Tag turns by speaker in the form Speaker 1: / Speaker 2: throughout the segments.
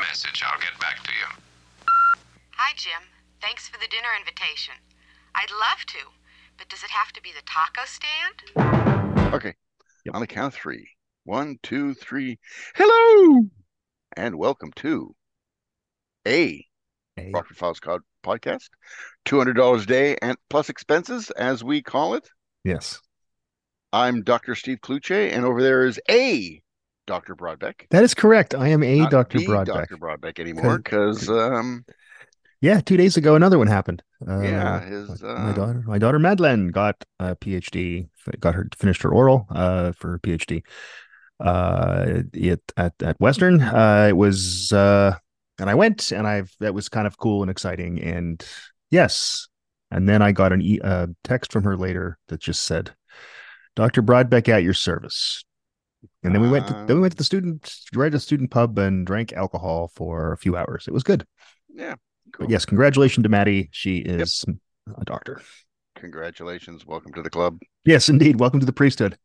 Speaker 1: message. I'll get back to you.
Speaker 2: Hi, Jim. Thanks for the dinner invitation. I'd love to, but does it have to be the taco stand?
Speaker 3: Okay. On the count of three. One, two, three. Hello and welcome to a
Speaker 4: Hey,
Speaker 3: Rockford Files Cod podcast. Two hundred dollars a day and plus expenses, as we call it.
Speaker 4: yes.
Speaker 3: I'm Dr. Steve Kluche, and over there is a Dr. Broadbeck.
Speaker 4: That is correct. I am a
Speaker 3: Not
Speaker 4: Dr.
Speaker 3: the
Speaker 4: Broadbeck.
Speaker 3: Dr. Broadbeck anymore, because um,
Speaker 4: Yeah, two days ago, another one happened. Uh,
Speaker 3: yeah, his
Speaker 4: my-
Speaker 3: uh,
Speaker 4: my daughter, my daughter Madeline got a PhD, f- got her finished her oral uh, for her PhD uh, it, at at Western. Uh, it was, uh, and I went, and I've that was kind of cool and exciting, and yes, and then I got an e- uh, text from her later that just said, "Dr. Broadbeck at your service." And then we went. To, then we went to the student, right to the student pub, and drank alcohol for a few hours. It was good.
Speaker 3: yeah. Cool.
Speaker 4: But yes, congratulations to Maddie. She is a doctor.
Speaker 3: Congratulations. Welcome to the club.
Speaker 4: Yes, indeed. Welcome to the priesthood.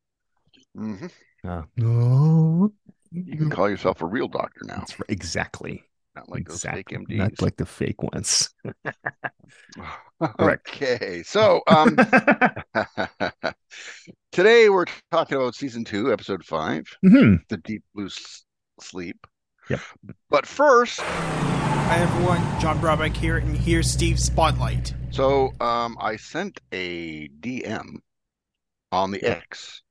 Speaker 3: hmm
Speaker 4: Uh, no,
Speaker 3: You can call yourself a real doctor now,
Speaker 4: That's right. exactly,
Speaker 3: not like
Speaker 4: exactly.
Speaker 3: those fake MDs.
Speaker 4: Not like the fake ones. correct.
Speaker 3: okay. So um, today we're talking about season two, episode five.
Speaker 4: Mhm.
Speaker 3: the deep blue s- sleep.
Speaker 4: Yep.
Speaker 3: But first,
Speaker 5: Hi everyone, John Brobeck here, and here's Steve's Spotlight.
Speaker 3: so um, I sent a DM on the X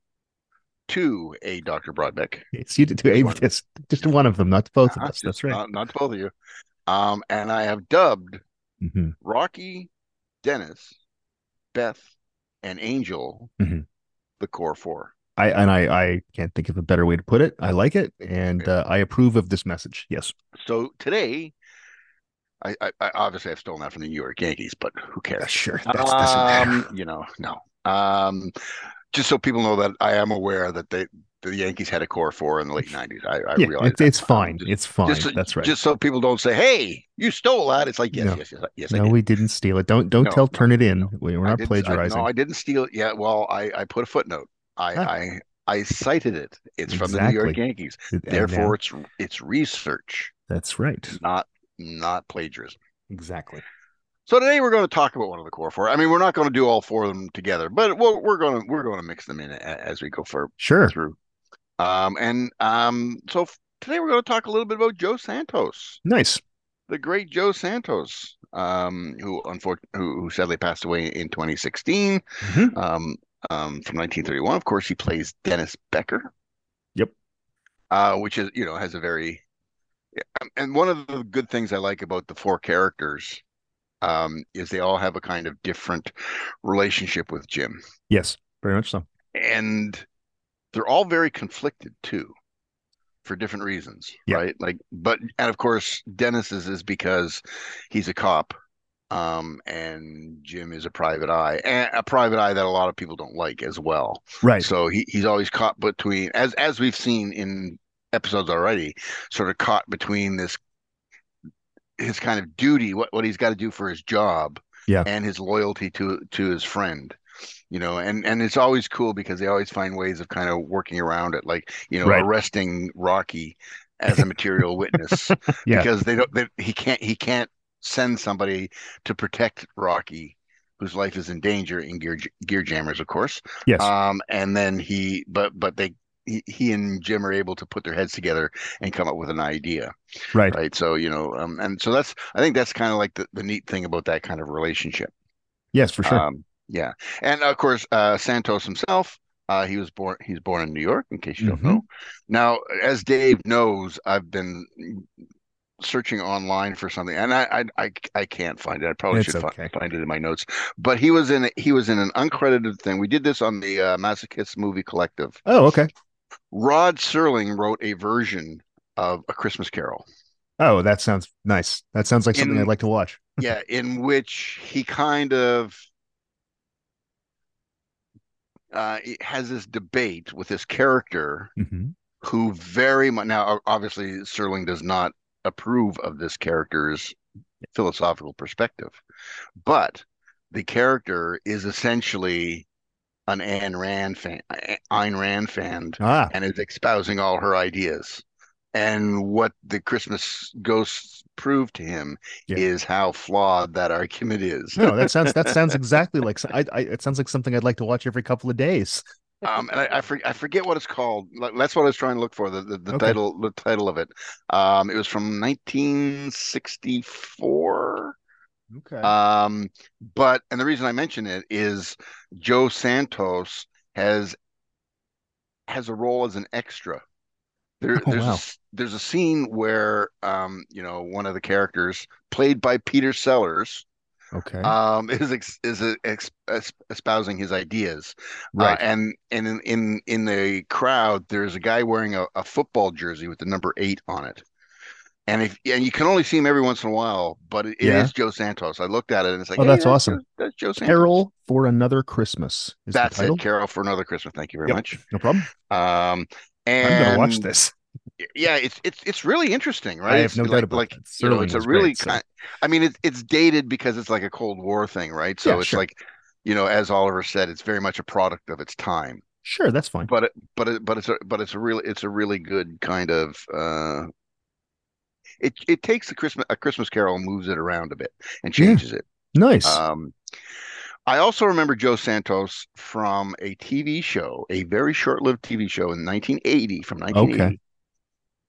Speaker 3: to a Dr. Broadbeck.
Speaker 4: Yes, you did do
Speaker 3: Which one?
Speaker 4: yes, just one of them, not both of
Speaker 3: Uh,
Speaker 4: us.
Speaker 3: just
Speaker 4: That's right.
Speaker 3: Not, not to both of you. Um, and I have dubbed
Speaker 4: Mhm.
Speaker 3: Rocky, Dennis, Beth, and Angel
Speaker 4: Mhm.
Speaker 3: the core four.
Speaker 4: I and I, I can't think of a better way to put it. I like it, and uh, I approve of this message. Yes,
Speaker 3: So today, I, I, I obviously I've stolen that from the New York Yankees, but who cares?
Speaker 4: sure. That doesn't matter.
Speaker 3: Um, you know, no. Um, just so people know that I am aware that they the Yankees had a core four in the late nineties. I, I
Speaker 4: Yeah,
Speaker 3: realize
Speaker 4: it's,
Speaker 3: that.
Speaker 4: it's
Speaker 3: Um,
Speaker 4: fine.
Speaker 3: just-
Speaker 4: it's fine.
Speaker 3: just-
Speaker 4: That's right.
Speaker 3: Just so people don't say, "Hey, you stole that." It's like yes,
Speaker 4: No.
Speaker 3: yes, yes, yes. I
Speaker 4: no,
Speaker 3: did.
Speaker 4: we didn't steal it. Don't don't
Speaker 3: No,
Speaker 4: tell.
Speaker 3: no,
Speaker 4: Turn it in.
Speaker 3: no.
Speaker 4: We, we're
Speaker 3: I
Speaker 4: not
Speaker 3: didn't- I-
Speaker 4: plagiarizing.
Speaker 3: no, I didn't steal. it. Yeah, well, I I put a footnote. I
Speaker 4: Ah.
Speaker 3: I I cited it. It's from the New York
Speaker 4: Exactly.
Speaker 3: Yankees.
Speaker 4: And now-
Speaker 3: Therefore, it's it's research,
Speaker 4: that's right.
Speaker 3: not not plagiarism.
Speaker 4: Exactly.
Speaker 3: So today we're going to talk about one of the core four. I mean, we're not going to do all four of them together, but we're, we're going to we're going to mix them in a- as we go for
Speaker 4: Sure.
Speaker 3: through. Um, and um, so f- today we're going to talk a little bit about Joe Santos,
Speaker 4: Nice.
Speaker 3: the great Joe Santos, um, who unfortunately who, who sadly passed away in 2016,
Speaker 4: Mhm.
Speaker 3: um, um, from 1931. Of course, he plays Dennis Becker.
Speaker 4: Yep.
Speaker 3: Uh, which is you know has a very, yeah, um, and one of the good things I like about the four characters, um, is they all have a kind of different relationship with Jim
Speaker 4: Yes. Very much so.
Speaker 3: and they're all very conflicted too for different reasons
Speaker 4: Yeah.
Speaker 3: right like but and of course dennis's is because he's a cop um and jim is a private eye and a private eye that a lot of people don't like as well
Speaker 4: Right.
Speaker 3: so he, he's always caught between as as we've seen in episodes already sort of caught between this his kind of duty what what he's got to do for his job
Speaker 4: Yeah.
Speaker 3: and his loyalty to to his friend you know and and it's always cool because they always find ways of kind of working around it like you know
Speaker 4: Right.
Speaker 3: arresting rocky as a material witness
Speaker 4: Yeah.
Speaker 3: because they don't they, he can't he can't send somebody to protect rocky whose life is in danger in gear gear jammers of course
Speaker 4: yes.
Speaker 3: um, and then he, but but they, he, he and Jim are able to put their heads together and come up with an idea,
Speaker 4: right.
Speaker 3: right? So you know, um, and so that's I think that's kind of like the, the neat thing about that kind of relationship.
Speaker 4: Yes, for sure.
Speaker 3: Um, yeah, and of course uh, Santos himself. Uh, he was born. He's born in New York. In case you
Speaker 4: Mhm.
Speaker 3: don't know. Now, as Dave knows, I've been searching online for something, and I I I, I can't find it. I probably
Speaker 4: It's
Speaker 3: should fi-
Speaker 4: okay.
Speaker 3: find it in my notes. But he was in a- he was in an uncredited thing. We did this on the uh, Masochist Movie Collective.
Speaker 4: oh, okay.
Speaker 3: Rod Serling wrote a version of A Christmas Carol.
Speaker 4: Oh, that sounds nice. That sounds like something
Speaker 3: In-
Speaker 4: I'd like to watch.
Speaker 3: yeah, in which he kind of uh, has this debate with this character
Speaker 4: Mhm.
Speaker 3: who very much now obviously Serling does not approve of this character's philosophical perspective, but the character is essentially an Ayn Rand fan, Ayn Rand fan,
Speaker 4: Ah,
Speaker 3: and is espousing all her ideas. And what the Christmas ghosts prove to him
Speaker 4: Yeah.
Speaker 3: is how flawed that argument is.
Speaker 4: No, that sounds that sounds exactly like s- I, I- It sounds like something I'd like to watch every couple of days.
Speaker 3: um, and I, I, for, I forget what it's called. Like, That's what I was trying to look for. The the, the
Speaker 4: Okay.
Speaker 3: title the title of it. Um, it was from 1964.
Speaker 4: Okay.
Speaker 3: Um, but and the reason I mention it is Joe Santos has has a role as an extra. There,
Speaker 4: Oh,
Speaker 3: there's a
Speaker 4: wow.
Speaker 3: s- there's a scene where um, you know one of the characters played by Peter Sellers
Speaker 4: okay.
Speaker 3: um, is ex- is uh, ex- es- espousing his ideas. Uh,
Speaker 4: right.
Speaker 3: and and in, in in the crowd, there's a guy wearing a, a football jersey with the number eight on it. And if and you can only see him every once in a while, but it, it
Speaker 4: Yeah.
Speaker 3: is Joe Santos. I looked at it and it's like,
Speaker 4: Oh,
Speaker 3: hey,
Speaker 4: that's awesome.
Speaker 3: Joe- That's Joe Santos.
Speaker 4: Carol for another Christmas is
Speaker 3: that's
Speaker 4: the title.
Speaker 3: it. Carol for another Christmas. Thank you very
Speaker 4: Yep.
Speaker 3: much.
Speaker 4: No problem.
Speaker 3: Um, and
Speaker 4: I'm gonna watch this.
Speaker 3: yeah, it's it's it's really interesting, right?
Speaker 4: I
Speaker 3: It's
Speaker 4: have no
Speaker 3: like-
Speaker 4: doubt about
Speaker 3: like
Speaker 4: that.
Speaker 3: you know, it's
Speaker 4: Serling
Speaker 3: a
Speaker 4: is great,
Speaker 3: really
Speaker 4: so-
Speaker 3: kind. I mean, it's it's dated because it's like a Cold War thing, right? So
Speaker 4: Yeah,
Speaker 3: it's
Speaker 4: sure.
Speaker 3: like, you know, as Oliver said, it's very much a product of its time.
Speaker 4: Sure, that's fine.
Speaker 3: but it, but it, but it's a but it's a really it's a really good kind of uh it it takes the Christmas a Christmas Carol and moves it around a bit and
Speaker 4: Yeah.
Speaker 3: changes it.
Speaker 4: Nice.
Speaker 3: Um I also remember Joe Santos from a TV show, a very short-lived TV show in 1980 from 1980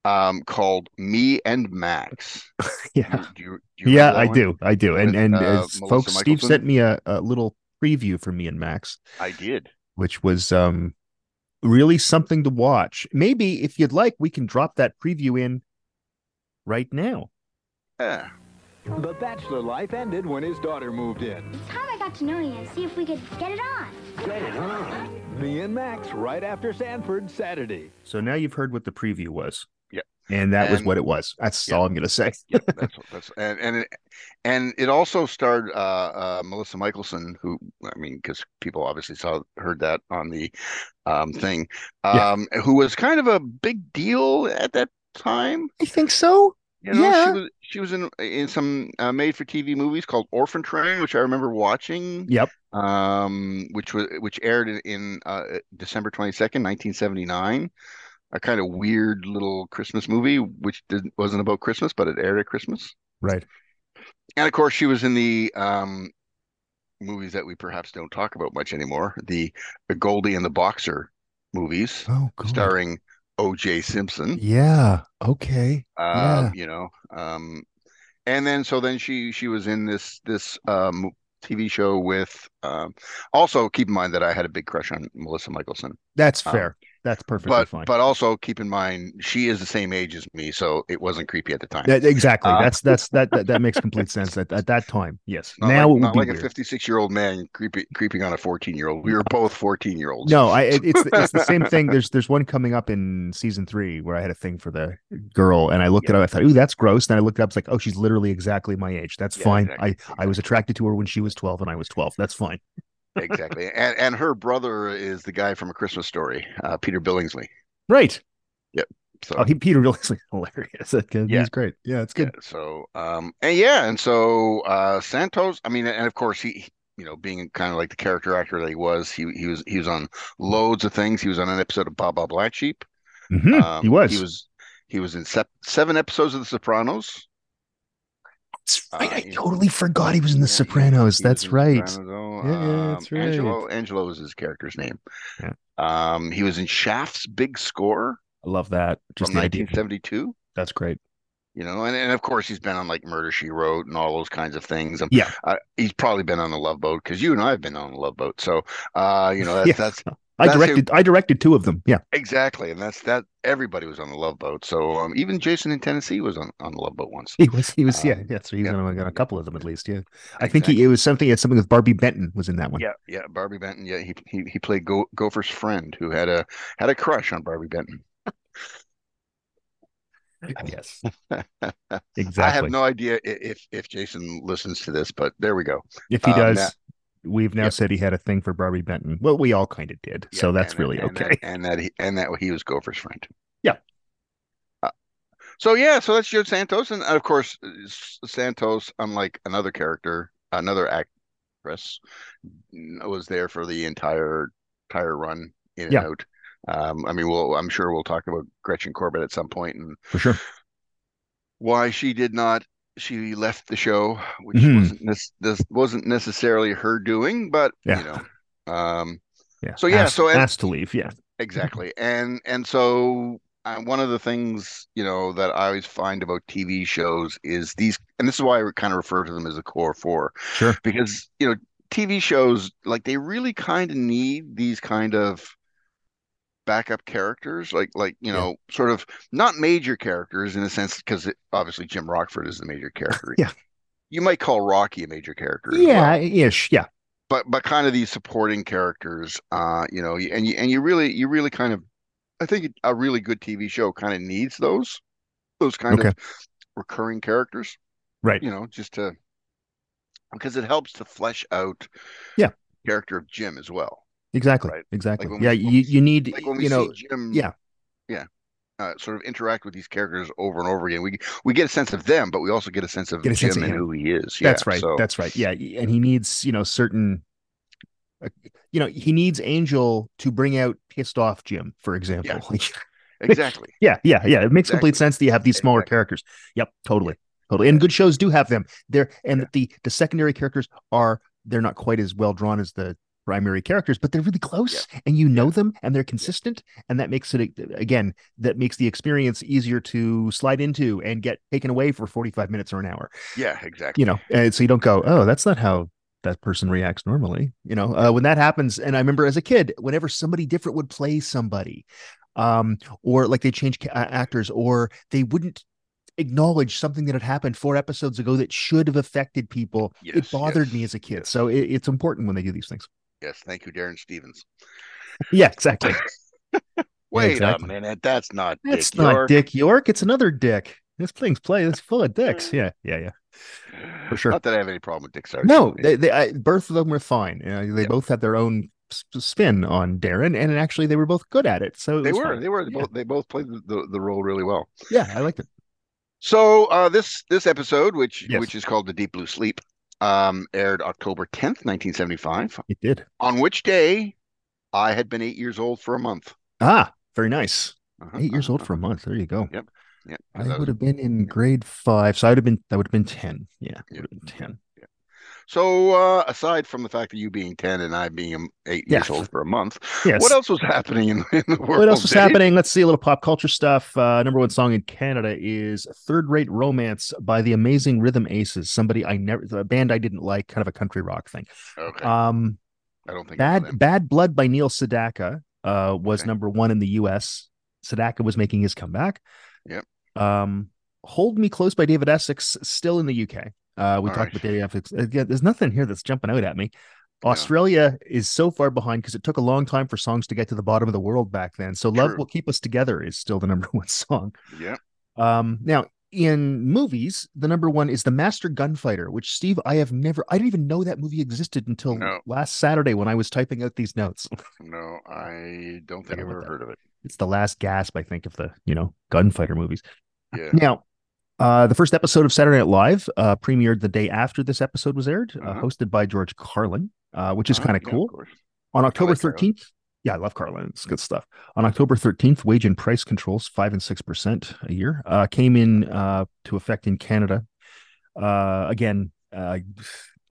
Speaker 3: um called Me and Max. Do
Speaker 4: yeah.
Speaker 3: you- do you- do you remember
Speaker 4: Yeah,
Speaker 3: that
Speaker 4: I
Speaker 3: one?
Speaker 4: do. I do. And
Speaker 3: With,
Speaker 4: and
Speaker 3: uh,
Speaker 4: as
Speaker 3: Melissa
Speaker 4: folks, Steve
Speaker 3: Michelson?
Speaker 4: sent me a, a little preview for me and Max,
Speaker 3: I did.
Speaker 4: which was um really something to watch. Maybe if you'd like, we can drop that preview in right now.
Speaker 3: Yeah.
Speaker 1: The bachelor life ended when his daughter moved in.
Speaker 6: It's how I got to know you and see if we could get it on.
Speaker 1: Me and Max right after Sanford Saturday.
Speaker 4: So now you've heard what the preview was.
Speaker 3: Yeah.
Speaker 4: And that was
Speaker 3: And-
Speaker 4: what it was. That's
Speaker 3: Yeah.
Speaker 4: all I'm gonna say.
Speaker 3: yeah, that's that's and and it, and it also starred uh, uh, Melissa Michelson, who I mean, because people obviously saw heard that on the um, thing,
Speaker 4: Yeah.
Speaker 3: um, who was kind of a big deal at that time.
Speaker 4: I think so.
Speaker 3: You know,
Speaker 4: Yeah.
Speaker 3: she was she was in in some uh, made for TV movies called Orphan Train, which I remember watching.
Speaker 4: Yep.
Speaker 3: Um, which was which aired in, in uh, December twenty second, nineteen seventy nine. A kind of weird little Christmas movie, which did, wasn't about Christmas, but it aired at Christmas.
Speaker 4: Right.
Speaker 3: And of course, she was in the um, movies that we perhaps don't talk about much anymore the Goldie and the Boxer movies,
Speaker 4: Oh God.
Speaker 3: starring O.J. Simpson.
Speaker 4: Yeah. Okay.
Speaker 3: Um, you know, um, and then so then she she was in this this um, TV show with. Um, also, keep in mind that I had a big crush on Melissa Michelson,
Speaker 4: That's
Speaker 3: Um,
Speaker 4: fair. That's perfectly
Speaker 3: but
Speaker 4: fine.
Speaker 3: but also keep in mind she is the same age as me, so it wasn't creepy at the time.
Speaker 4: That- exactly.
Speaker 3: Uh,
Speaker 4: that's that's that, that that makes complete sense at, at that time. Yes.
Speaker 3: Not
Speaker 4: now
Speaker 3: like,
Speaker 4: it would
Speaker 3: not
Speaker 4: be
Speaker 3: like a
Speaker 4: weird.
Speaker 3: 56 year old man creeping creeping on a 14 year old. We were both 14 year olds.
Speaker 4: No, I it, it's it's the same thing. There's there's one coming up in season three where I had a thing for the girl, and I looked it up. I thought, "Ooh, that's gross." Then I looked it up. It's like, "Oh, she's literally exactly my age. That's
Speaker 3: Yeah,
Speaker 4: fine."
Speaker 3: exactly.
Speaker 4: I I was attracted to her when she was twelve, and I was twelve. That's fine.
Speaker 3: exactly. And and her brother is the guy from A Christmas Story, uh, Peter Billingsley.
Speaker 4: Right.
Speaker 3: So
Speaker 4: Oh, he, Peter really is hilarious. That kid,
Speaker 3: Yeah.
Speaker 4: He's great. Yeah, it's
Speaker 3: yeah,
Speaker 4: good.
Speaker 3: so um and yeah, and so uh Santos. I mean, and of course he. You know, being kind of like the character actor that he was, he he was he was on loads of things. He was on an episode of Baba Black Sheep.
Speaker 4: Mhm, he
Speaker 3: Um,
Speaker 4: was.
Speaker 3: he was he was in sep- seven episodes of The Sopranos.
Speaker 4: That's right.
Speaker 3: uh,
Speaker 4: I
Speaker 3: he-
Speaker 4: totally forgot he was in The
Speaker 3: Yeah, he-
Speaker 4: Sopranos.
Speaker 3: he was
Speaker 4: That's
Speaker 3: in
Speaker 4: right.
Speaker 3: Sopranos,
Speaker 4: Yeah, yeah,
Speaker 3: um,
Speaker 4: that's right.
Speaker 3: Angelo, Angelo is his character's name.
Speaker 4: Yeah.
Speaker 3: Um, he was in Shaft's Big Score
Speaker 4: I love that. Just
Speaker 3: from
Speaker 4: the idea.
Speaker 3: 1972.
Speaker 4: That's great.
Speaker 3: You know, and, and of course he's been on like Murder She Wrote and all those kinds of things. Um,
Speaker 4: Yeah.
Speaker 3: uh, he's probably been on the Love Boat because you and I have been on the Love Boat. So, uh, you know, that's,
Speaker 4: Yeah.
Speaker 3: that's
Speaker 4: I
Speaker 3: that's who-
Speaker 4: directed. I directed two of them. Yeah.
Speaker 3: exactly, and that's that. Everybody was on the Love Boat. So, um, even Jason in Tennessee was on on the Love Boat once.
Speaker 4: He was. He was. yeah.
Speaker 3: Um,
Speaker 4: Yeah. So he's
Speaker 3: yeah.
Speaker 4: on, a- on a couple of them at least. Yeah. I think he, it was something. It's something with Barbie Benton was in that one.
Speaker 3: Yeah, yeah, Barbie Benton. Yeah, he he he played Go- Gopher's friend who had a had a crush on Barbie Benton.
Speaker 4: Yes.
Speaker 3: I
Speaker 4: Exactly.
Speaker 3: have no idea i- if if Jason listens to this, but there we go.
Speaker 4: if he
Speaker 3: um,
Speaker 4: does,
Speaker 3: that-
Speaker 4: we've now
Speaker 3: yeah.
Speaker 4: said he had a thing for Barbie Benton. Well, we all kind of did. so
Speaker 3: Yeah,
Speaker 4: that's
Speaker 3: and-
Speaker 4: really
Speaker 3: and
Speaker 4: okay.
Speaker 3: That, and that he and that he was Gopher's friend.
Speaker 4: Yeah.
Speaker 3: Uh, so yeah, so that's Joe Santos, and of course uh, S- Santos, unlike another character, another actress, n- was there for the entire entire run in and
Speaker 4: Yeah.
Speaker 3: out. Um, I mean, we'll, I'm sure we'll talk about Gretchen Corbett at some point and
Speaker 4: for sure.
Speaker 3: why she did not she left the show which
Speaker 4: Mhm.
Speaker 3: wasn't this this wasn't necessarily her doing but
Speaker 4: Yeah.
Speaker 3: you know um
Speaker 4: Yeah.
Speaker 3: So, yeah,
Speaker 4: Asked-
Speaker 3: so- and-
Speaker 4: asked to leave. Yeah.
Speaker 3: exactly and and so uh, one of the things you know that i always find about tv shows is these and this is why i kind of refer to them as the core four
Speaker 4: Sure.
Speaker 3: because you know tv shows like they really kind of need these kind of backup characters like like you
Speaker 4: Yeah.
Speaker 3: know sort of not major characters in a sense because obviously jim rockford is the major character
Speaker 4: Yeah.
Speaker 3: you might call rocky a major character as well
Speaker 4: Yeah. Ish. Yeah.
Speaker 3: but but kind of these supporting characters uh you know and you and you really you really kind of i think a really good tv show kind of needs those those kind of
Speaker 4: Okay.
Speaker 3: recurring characters
Speaker 4: Right.
Speaker 3: you know just to because it helps to flesh out
Speaker 4: Yeah.
Speaker 3: the character of jim as well
Speaker 4: Exactly.
Speaker 3: Right.
Speaker 4: Exactly.
Speaker 3: Like when we-
Speaker 4: yeah. you, you need,
Speaker 3: like when we
Speaker 4: you know,
Speaker 3: see jim
Speaker 4: yeah.
Speaker 3: yeah uh, sort of interact with these characters over and over again we we get a sense of them but we also get a sense of
Speaker 4: Get a
Speaker 3: jim
Speaker 4: sense of
Speaker 3: and
Speaker 4: him.
Speaker 3: who he is
Speaker 4: that's
Speaker 3: Yeah,
Speaker 4: right.
Speaker 3: so-
Speaker 4: That's right. Yeah. And he needs, you know, certain, uh, you know, he needs Angel to bring out pissed off Jim, for example. Like,
Speaker 3: exactly
Speaker 4: Yeah, yeah, yeah. It makes complete
Speaker 3: Exactly.
Speaker 4: sense that you have these smaller
Speaker 3: Exactly.
Speaker 4: characters. Yep, totally, totally. And good shows do have them. They're and that the the secondary characters are they're not quite as well drawn as the primary characters, but they're really close, and you know them, and they're consistent, and that makes it again that makes the experience easier to slide into and get taken away for forty five minutes or an hour.
Speaker 3: yeah exactly
Speaker 4: You know, and so you don't go, oh, that's not how that person reacts normally. You know, uh, when that happens, and I remember as a kid, whenever somebody different would play somebody, um, or like they changed ca- uh, actors, or they wouldn't acknowledge something that had happened four episodes ago that should have affected people.
Speaker 3: Yes,
Speaker 4: it bothered
Speaker 3: yes,
Speaker 4: me as a kid.
Speaker 3: yes.
Speaker 4: So it, it's important when they do these things.
Speaker 3: yes thank you darren stevens
Speaker 4: Yeah, exactly.
Speaker 3: wait
Speaker 4: exactly.
Speaker 3: a minute that's not
Speaker 4: That's
Speaker 3: dick
Speaker 4: not
Speaker 3: York.
Speaker 4: Dick York. It's another Dick. This thing's play. It's full of
Speaker 3: Mm.
Speaker 4: dicks. Yeah, yeah, yeah. For sure.
Speaker 3: Not that I have any problem with Dick Sargent.
Speaker 4: No,
Speaker 3: It-
Speaker 4: they, they I, both of them were fine. Uh, they
Speaker 3: Yeah.
Speaker 4: both had their own s- spin on Darren, and actually they were both good at it. So it
Speaker 3: they
Speaker 4: was
Speaker 3: were,
Speaker 4: fine.
Speaker 3: they were, they
Speaker 4: Yeah.
Speaker 3: both, they both played the, the, the role really well.
Speaker 4: Yeah, I liked it.
Speaker 3: So uh, this this episode, which
Speaker 4: Yes.
Speaker 3: which is called "The Deep Blue Sleep," um, aired October tenth, nineteen seventy five.
Speaker 4: It did.
Speaker 3: On which day I had been eight years old for a month.
Speaker 4: Ah, very nice.
Speaker 3: Uh-huh,
Speaker 4: Eight years old
Speaker 3: uh-huh,
Speaker 4: for a month. There you go.
Speaker 3: Yep, yeah, 'cause I
Speaker 4: I
Speaker 3: was-
Speaker 4: would have been in grade five, so I would have been. That would have been ten. Yeah,
Speaker 3: Yeah.
Speaker 4: would have been ten.
Speaker 3: So uh, aside from the fact that you being ten and I being um, eight years
Speaker 4: Yeah.
Speaker 3: old for a month,
Speaker 4: Yes.
Speaker 3: what else was happening in, in the world?
Speaker 4: What else was
Speaker 3: Dave?
Speaker 4: happening? Let's see a little pop culture stuff. Uh, number one song in Canada is Third Rate Romance by the Amazing Rhythm Aces, somebody I never, a band I didn't like, kind of a country rock thing.
Speaker 3: Okay,
Speaker 4: Um,
Speaker 3: I don't think I know
Speaker 4: Bad
Speaker 3: them.
Speaker 4: Bad Blood by Neil Sedaka uh, was
Speaker 3: Okay.
Speaker 4: number one in the U.S. Sedaka was making his comeback.
Speaker 3: Yep.
Speaker 4: Um, Hold Me Close by David Essex still in the U.K. Uh, we
Speaker 3: All
Speaker 4: talked
Speaker 3: right.
Speaker 4: about David Essex. Again, there's nothing here that's jumping out at me.
Speaker 3: Yeah.
Speaker 4: Australia is so far behind because it took a long time for songs to get to the bottom of the world back then. So Love
Speaker 3: True.
Speaker 4: Will Keep Us Together is still the number one song.
Speaker 3: Yeah,
Speaker 4: Um, now in movies, the number one is The Master Gunfighter, which Steve, I have never, I didn't even know that movie existed until
Speaker 3: No.
Speaker 4: last Saturday when I was typing out these notes.
Speaker 3: no, I don't think I've
Speaker 4: Don't know what
Speaker 3: ever
Speaker 4: that-
Speaker 3: heard of it.
Speaker 4: It's the last gasp, I think, of the you know gunfighter movies.
Speaker 3: Yeah.
Speaker 4: Now, uh, the first episode of Saturday Night Live uh, premiered the day after this episode was aired, uh,
Speaker 3: Uh-huh.
Speaker 4: hosted by George Carlin, uh, which is
Speaker 3: Uh-huh,
Speaker 4: kind of
Speaker 3: yeah,
Speaker 4: cool.
Speaker 3: course.
Speaker 4: On October
Speaker 3: like Carlin.
Speaker 4: 13th, yeah, I love Carlin. It's good stuff. On October 13th, wage and price controls, 5 and 6% a year, uh, came in uh, to effect in Canada. Uh, again, uh,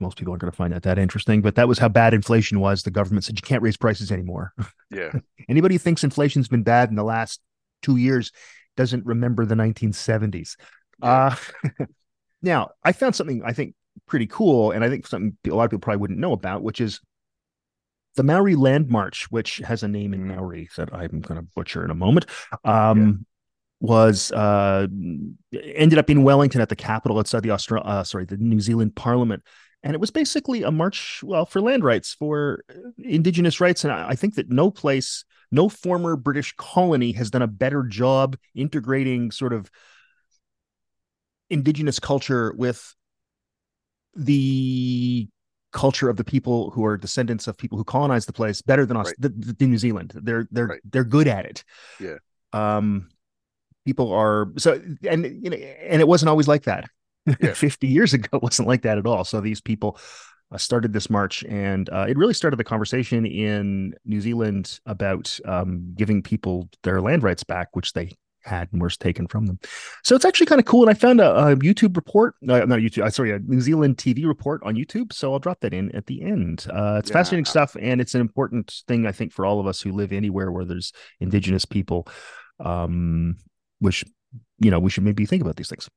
Speaker 4: most people aren't going to find that that interesting, but that was how bad inflation was. The government said you can't raise prices anymore.
Speaker 3: Yeah.
Speaker 4: Anybody who thinks inflation's been bad in the last two years doesn't remember the 1970s. Uh, now, I found something I think pretty cool, and I think something a lot of people probably wouldn't know about, which is the Maori Land March, which has a name in Maori that I'm going to butcher in a moment. Um, Was uh, ended up in Wellington at the capital outside the Austral, uh, sorry, the New Zealand Parliament, and it was basically a march, well, for land rights, for uh, indigenous rights, and I, I think that no place, no former British colony has done a better job integrating sort of indigenous culture with the culture of the people who are descendants of people who colonized the place better than us
Speaker 3: Right.
Speaker 4: th- th- than New Zealand. They're they're
Speaker 3: Right.
Speaker 4: they're good at it.
Speaker 3: Yeah.
Speaker 4: Um people are so and you know and it wasn't always like that.
Speaker 3: Yeah.
Speaker 4: 50 years ago it wasn't like that at all. So these people uh, started this March, and uh, it really started the conversation in New Zealand about um, giving people their land rights back, which they had and was taken from them. So it's actually kind of cool. And I found a, a YouTube report, no, not a YouTube, uh, sorry, a New Zealand TV report on YouTube. So I'll drop that in at the end. Uh, it's
Speaker 3: Yeah.
Speaker 4: fascinating stuff. And it's an important thing, I think, for all of us who live anywhere where there's indigenous people, um, which, you know, we should maybe think about these things.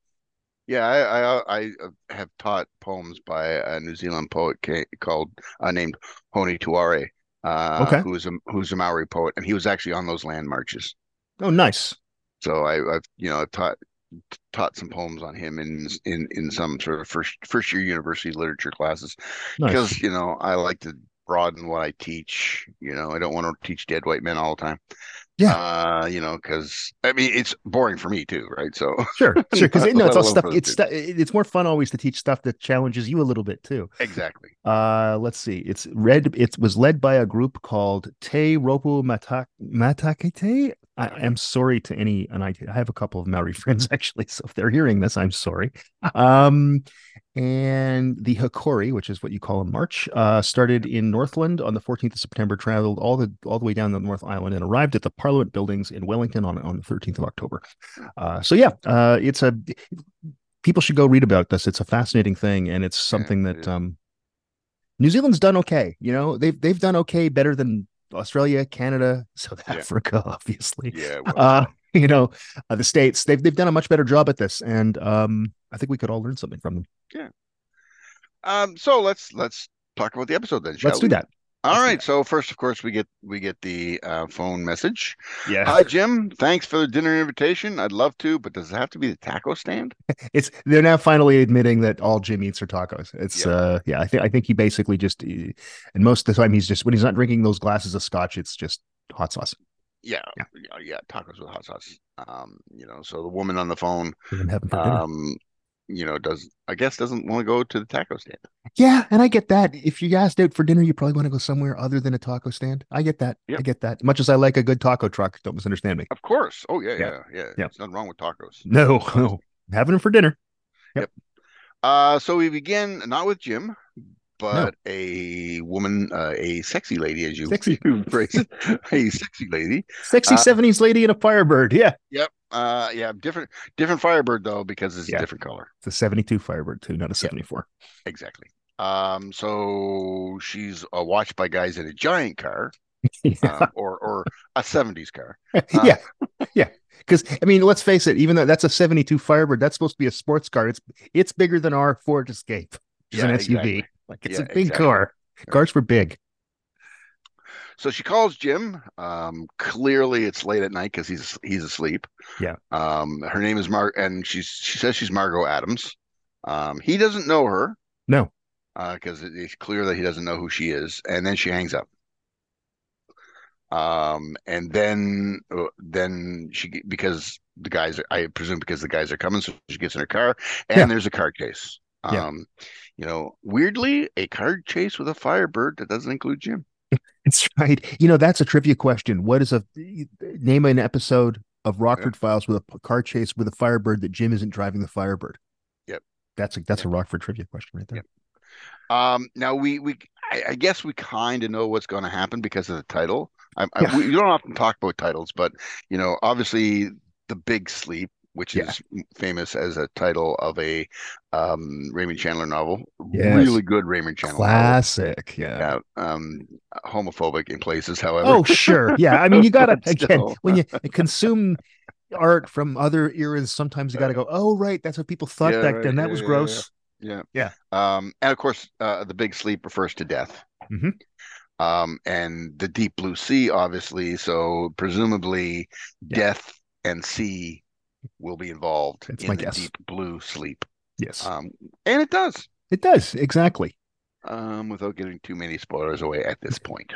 Speaker 3: Yeah, I, I I have taught poems by a New Zealand poet ca- called uh, named Honi Tuare, uh,
Speaker 4: Okay.
Speaker 3: who's a who's a Maori poet, and he was actually on those land marches.
Speaker 4: Oh, nice.
Speaker 3: So I, I've you know I've taught taught some poems on him in in in some sort of first first year university literature classes because
Speaker 4: Nice.
Speaker 3: you know I like to broaden what I teach. You know I don't want to teach dead white men all the time.
Speaker 4: Yeah.
Speaker 3: uh, you know because I mean it's boring for me too, right? So
Speaker 4: Sure, sure. Because no, it's all
Speaker 3: Let alone
Speaker 4: stuff.
Speaker 3: for the
Speaker 4: It's stu- it's more fun always to teach stuff that challenges you a little bit too.
Speaker 3: exactly.
Speaker 4: Uh, let's see. It's read. It was led by a group called Te Ropu Matak Matakete. I
Speaker 3: Uh-huh.
Speaker 4: am sorry to any, and I, I have a couple of Maori friends actually. So if they're hearing this, I'm sorry. Um, and the Hikori, which is what you call a march, uh, started in Northland on the 14th of September, traveled all the all the way down the North Island, and arrived at the Parliament buildings in Wellington on on the 13th of October. Uh, so yeah, uh, it's a people should go read about this. It's a fascinating thing, and it's something
Speaker 3: it
Speaker 4: that
Speaker 3: is.
Speaker 4: um, New Zealand's done okay. You know, they've they've done okay, better than Australia, Canada, South
Speaker 3: Yeah.
Speaker 4: Africa, obviously
Speaker 3: Yeah.
Speaker 4: uh, you know, uh, the states. They've they've done a much better job at this, and um, I think we could all learn something from them.
Speaker 3: Um, so let's let's talk about the episode then, shall
Speaker 4: Let's do
Speaker 3: we?
Speaker 4: that.
Speaker 3: All
Speaker 4: Let's do
Speaker 3: right. So first, of course, we get we get the uh, phone message.
Speaker 4: Yeah,
Speaker 3: Hi, Jim. Thanks for the dinner invitation. I'd love to, but does it have to be the taco stand?
Speaker 4: it's they're now finally admitting that all Jim eats are tacos. It's
Speaker 3: Yeah.
Speaker 4: uh, yeah, I think I think he basically just, uh, and most of the time he's just when he's not drinking those glasses of scotch, it's just hot sauce.
Speaker 3: Yeah,
Speaker 4: Yeah.
Speaker 3: yeah, yeah. Tacos with hot sauce. Um, you know, so the woman on the phone,
Speaker 4: I'm having for dinner.
Speaker 3: um, you know, does I guess doesn't want to go to the taco stand.
Speaker 4: Yeah, and I get that. If you're asked out for dinner, you probably want to go somewhere other than a taco stand. I get that.
Speaker 3: Yeah.
Speaker 4: I get that. Much as I like a good taco truck, don't misunderstand me.
Speaker 3: Of course. Oh yeah,
Speaker 4: Yeah.
Speaker 3: yeah, yeah.
Speaker 4: Yeah.
Speaker 3: There's nothing wrong with tacos.
Speaker 4: No, no, having them for dinner.
Speaker 3: Uh, so we begin not with Jim, but a woman, uh, a sexy lady, as you
Speaker 4: Sexy.
Speaker 3: you phrase it, a sexy lady.
Speaker 4: Sexy
Speaker 3: Uh,
Speaker 4: 70s lady in a Firebird. Yeah.
Speaker 3: Yep. Uh, yeah, different, different Firebird though, because it's a
Speaker 4: Yeah.
Speaker 3: different color.
Speaker 4: It's a 72 Firebird too, not a 74.
Speaker 3: Exactly. Um, so she's uh, watched by guys in a giant car,
Speaker 4: Yeah.
Speaker 3: um, or or a '70s car.
Speaker 4: yeah. Yeah. Cuz I mean, let's face it, even though that's a 72 Firebird, that's supposed to be a sports car. It's it's bigger than our Ford Escape, which
Speaker 3: Yeah,
Speaker 4: is an SUV.
Speaker 3: exactly.
Speaker 4: Like it's
Speaker 3: Yeah,
Speaker 4: a big
Speaker 3: exactly.
Speaker 4: car. Cars were big.
Speaker 3: So she calls Jim. Um, clearly it's late at night because he's he's asleep.
Speaker 4: Yeah.
Speaker 3: Um, her name is Mar, and she's she says she's Margot Adams. Um, he doesn't know her.
Speaker 4: No.
Speaker 3: because it, it's clear that he doesn't know who she is, and then she hangs up. Um, and then uh, then she ge- because the guys are, I presume because the guys are coming, so she gets in her car, and
Speaker 4: Yeah.
Speaker 3: there's a car chase.
Speaker 4: Yeah.
Speaker 3: Um, you know, weirdly, a car chase with a Firebird that doesn't include Jim.
Speaker 4: It's right. You know, that's a trivia question. What is a name an episode of Rockford Files with a p- car chase with a Firebird that Jim isn't driving the Firebird?
Speaker 3: Yep.
Speaker 4: That's a that's a Rockford trivia question right there.
Speaker 3: Um, now we we I, I guess we kind of know what's going to happen because of the title. I, I,
Speaker 4: Yeah.
Speaker 3: we, you don't often talk about titles, but you know, obviously, the Big Sleep, which
Speaker 4: Yeah.
Speaker 3: is famous as a title of a um, Raymond Chandler novel,
Speaker 4: Yes.
Speaker 3: really good Raymond Chandler novel.
Speaker 4: Classic. Yeah.
Speaker 3: Yeah, um, homophobic in places, however.
Speaker 4: Oh, sure. Yeah. I mean, you got to,
Speaker 3: But
Speaker 4: again,
Speaker 3: still.
Speaker 4: when you consume art from other eras, sometimes you got to go, oh, right. That's what people thought
Speaker 3: Yeah,
Speaker 4: back
Speaker 3: right,
Speaker 4: then. That
Speaker 3: yeah,
Speaker 4: was
Speaker 3: yeah, yeah.
Speaker 4: gross.
Speaker 3: Yeah.
Speaker 4: Yeah.
Speaker 3: Um, and of course, uh, the big sleep refers to death.
Speaker 4: Mhm.
Speaker 3: Um, and the deep blue sea, obviously. So presumably,
Speaker 4: Yeah.
Speaker 3: death and sea will be involved
Speaker 4: That's
Speaker 3: in
Speaker 4: my
Speaker 3: the
Speaker 4: guess.
Speaker 3: deep blue sleep.
Speaker 4: Yes.
Speaker 3: Um, and it does.
Speaker 4: it does. Exactly.
Speaker 3: Um, without giving too many spoilers away at this point.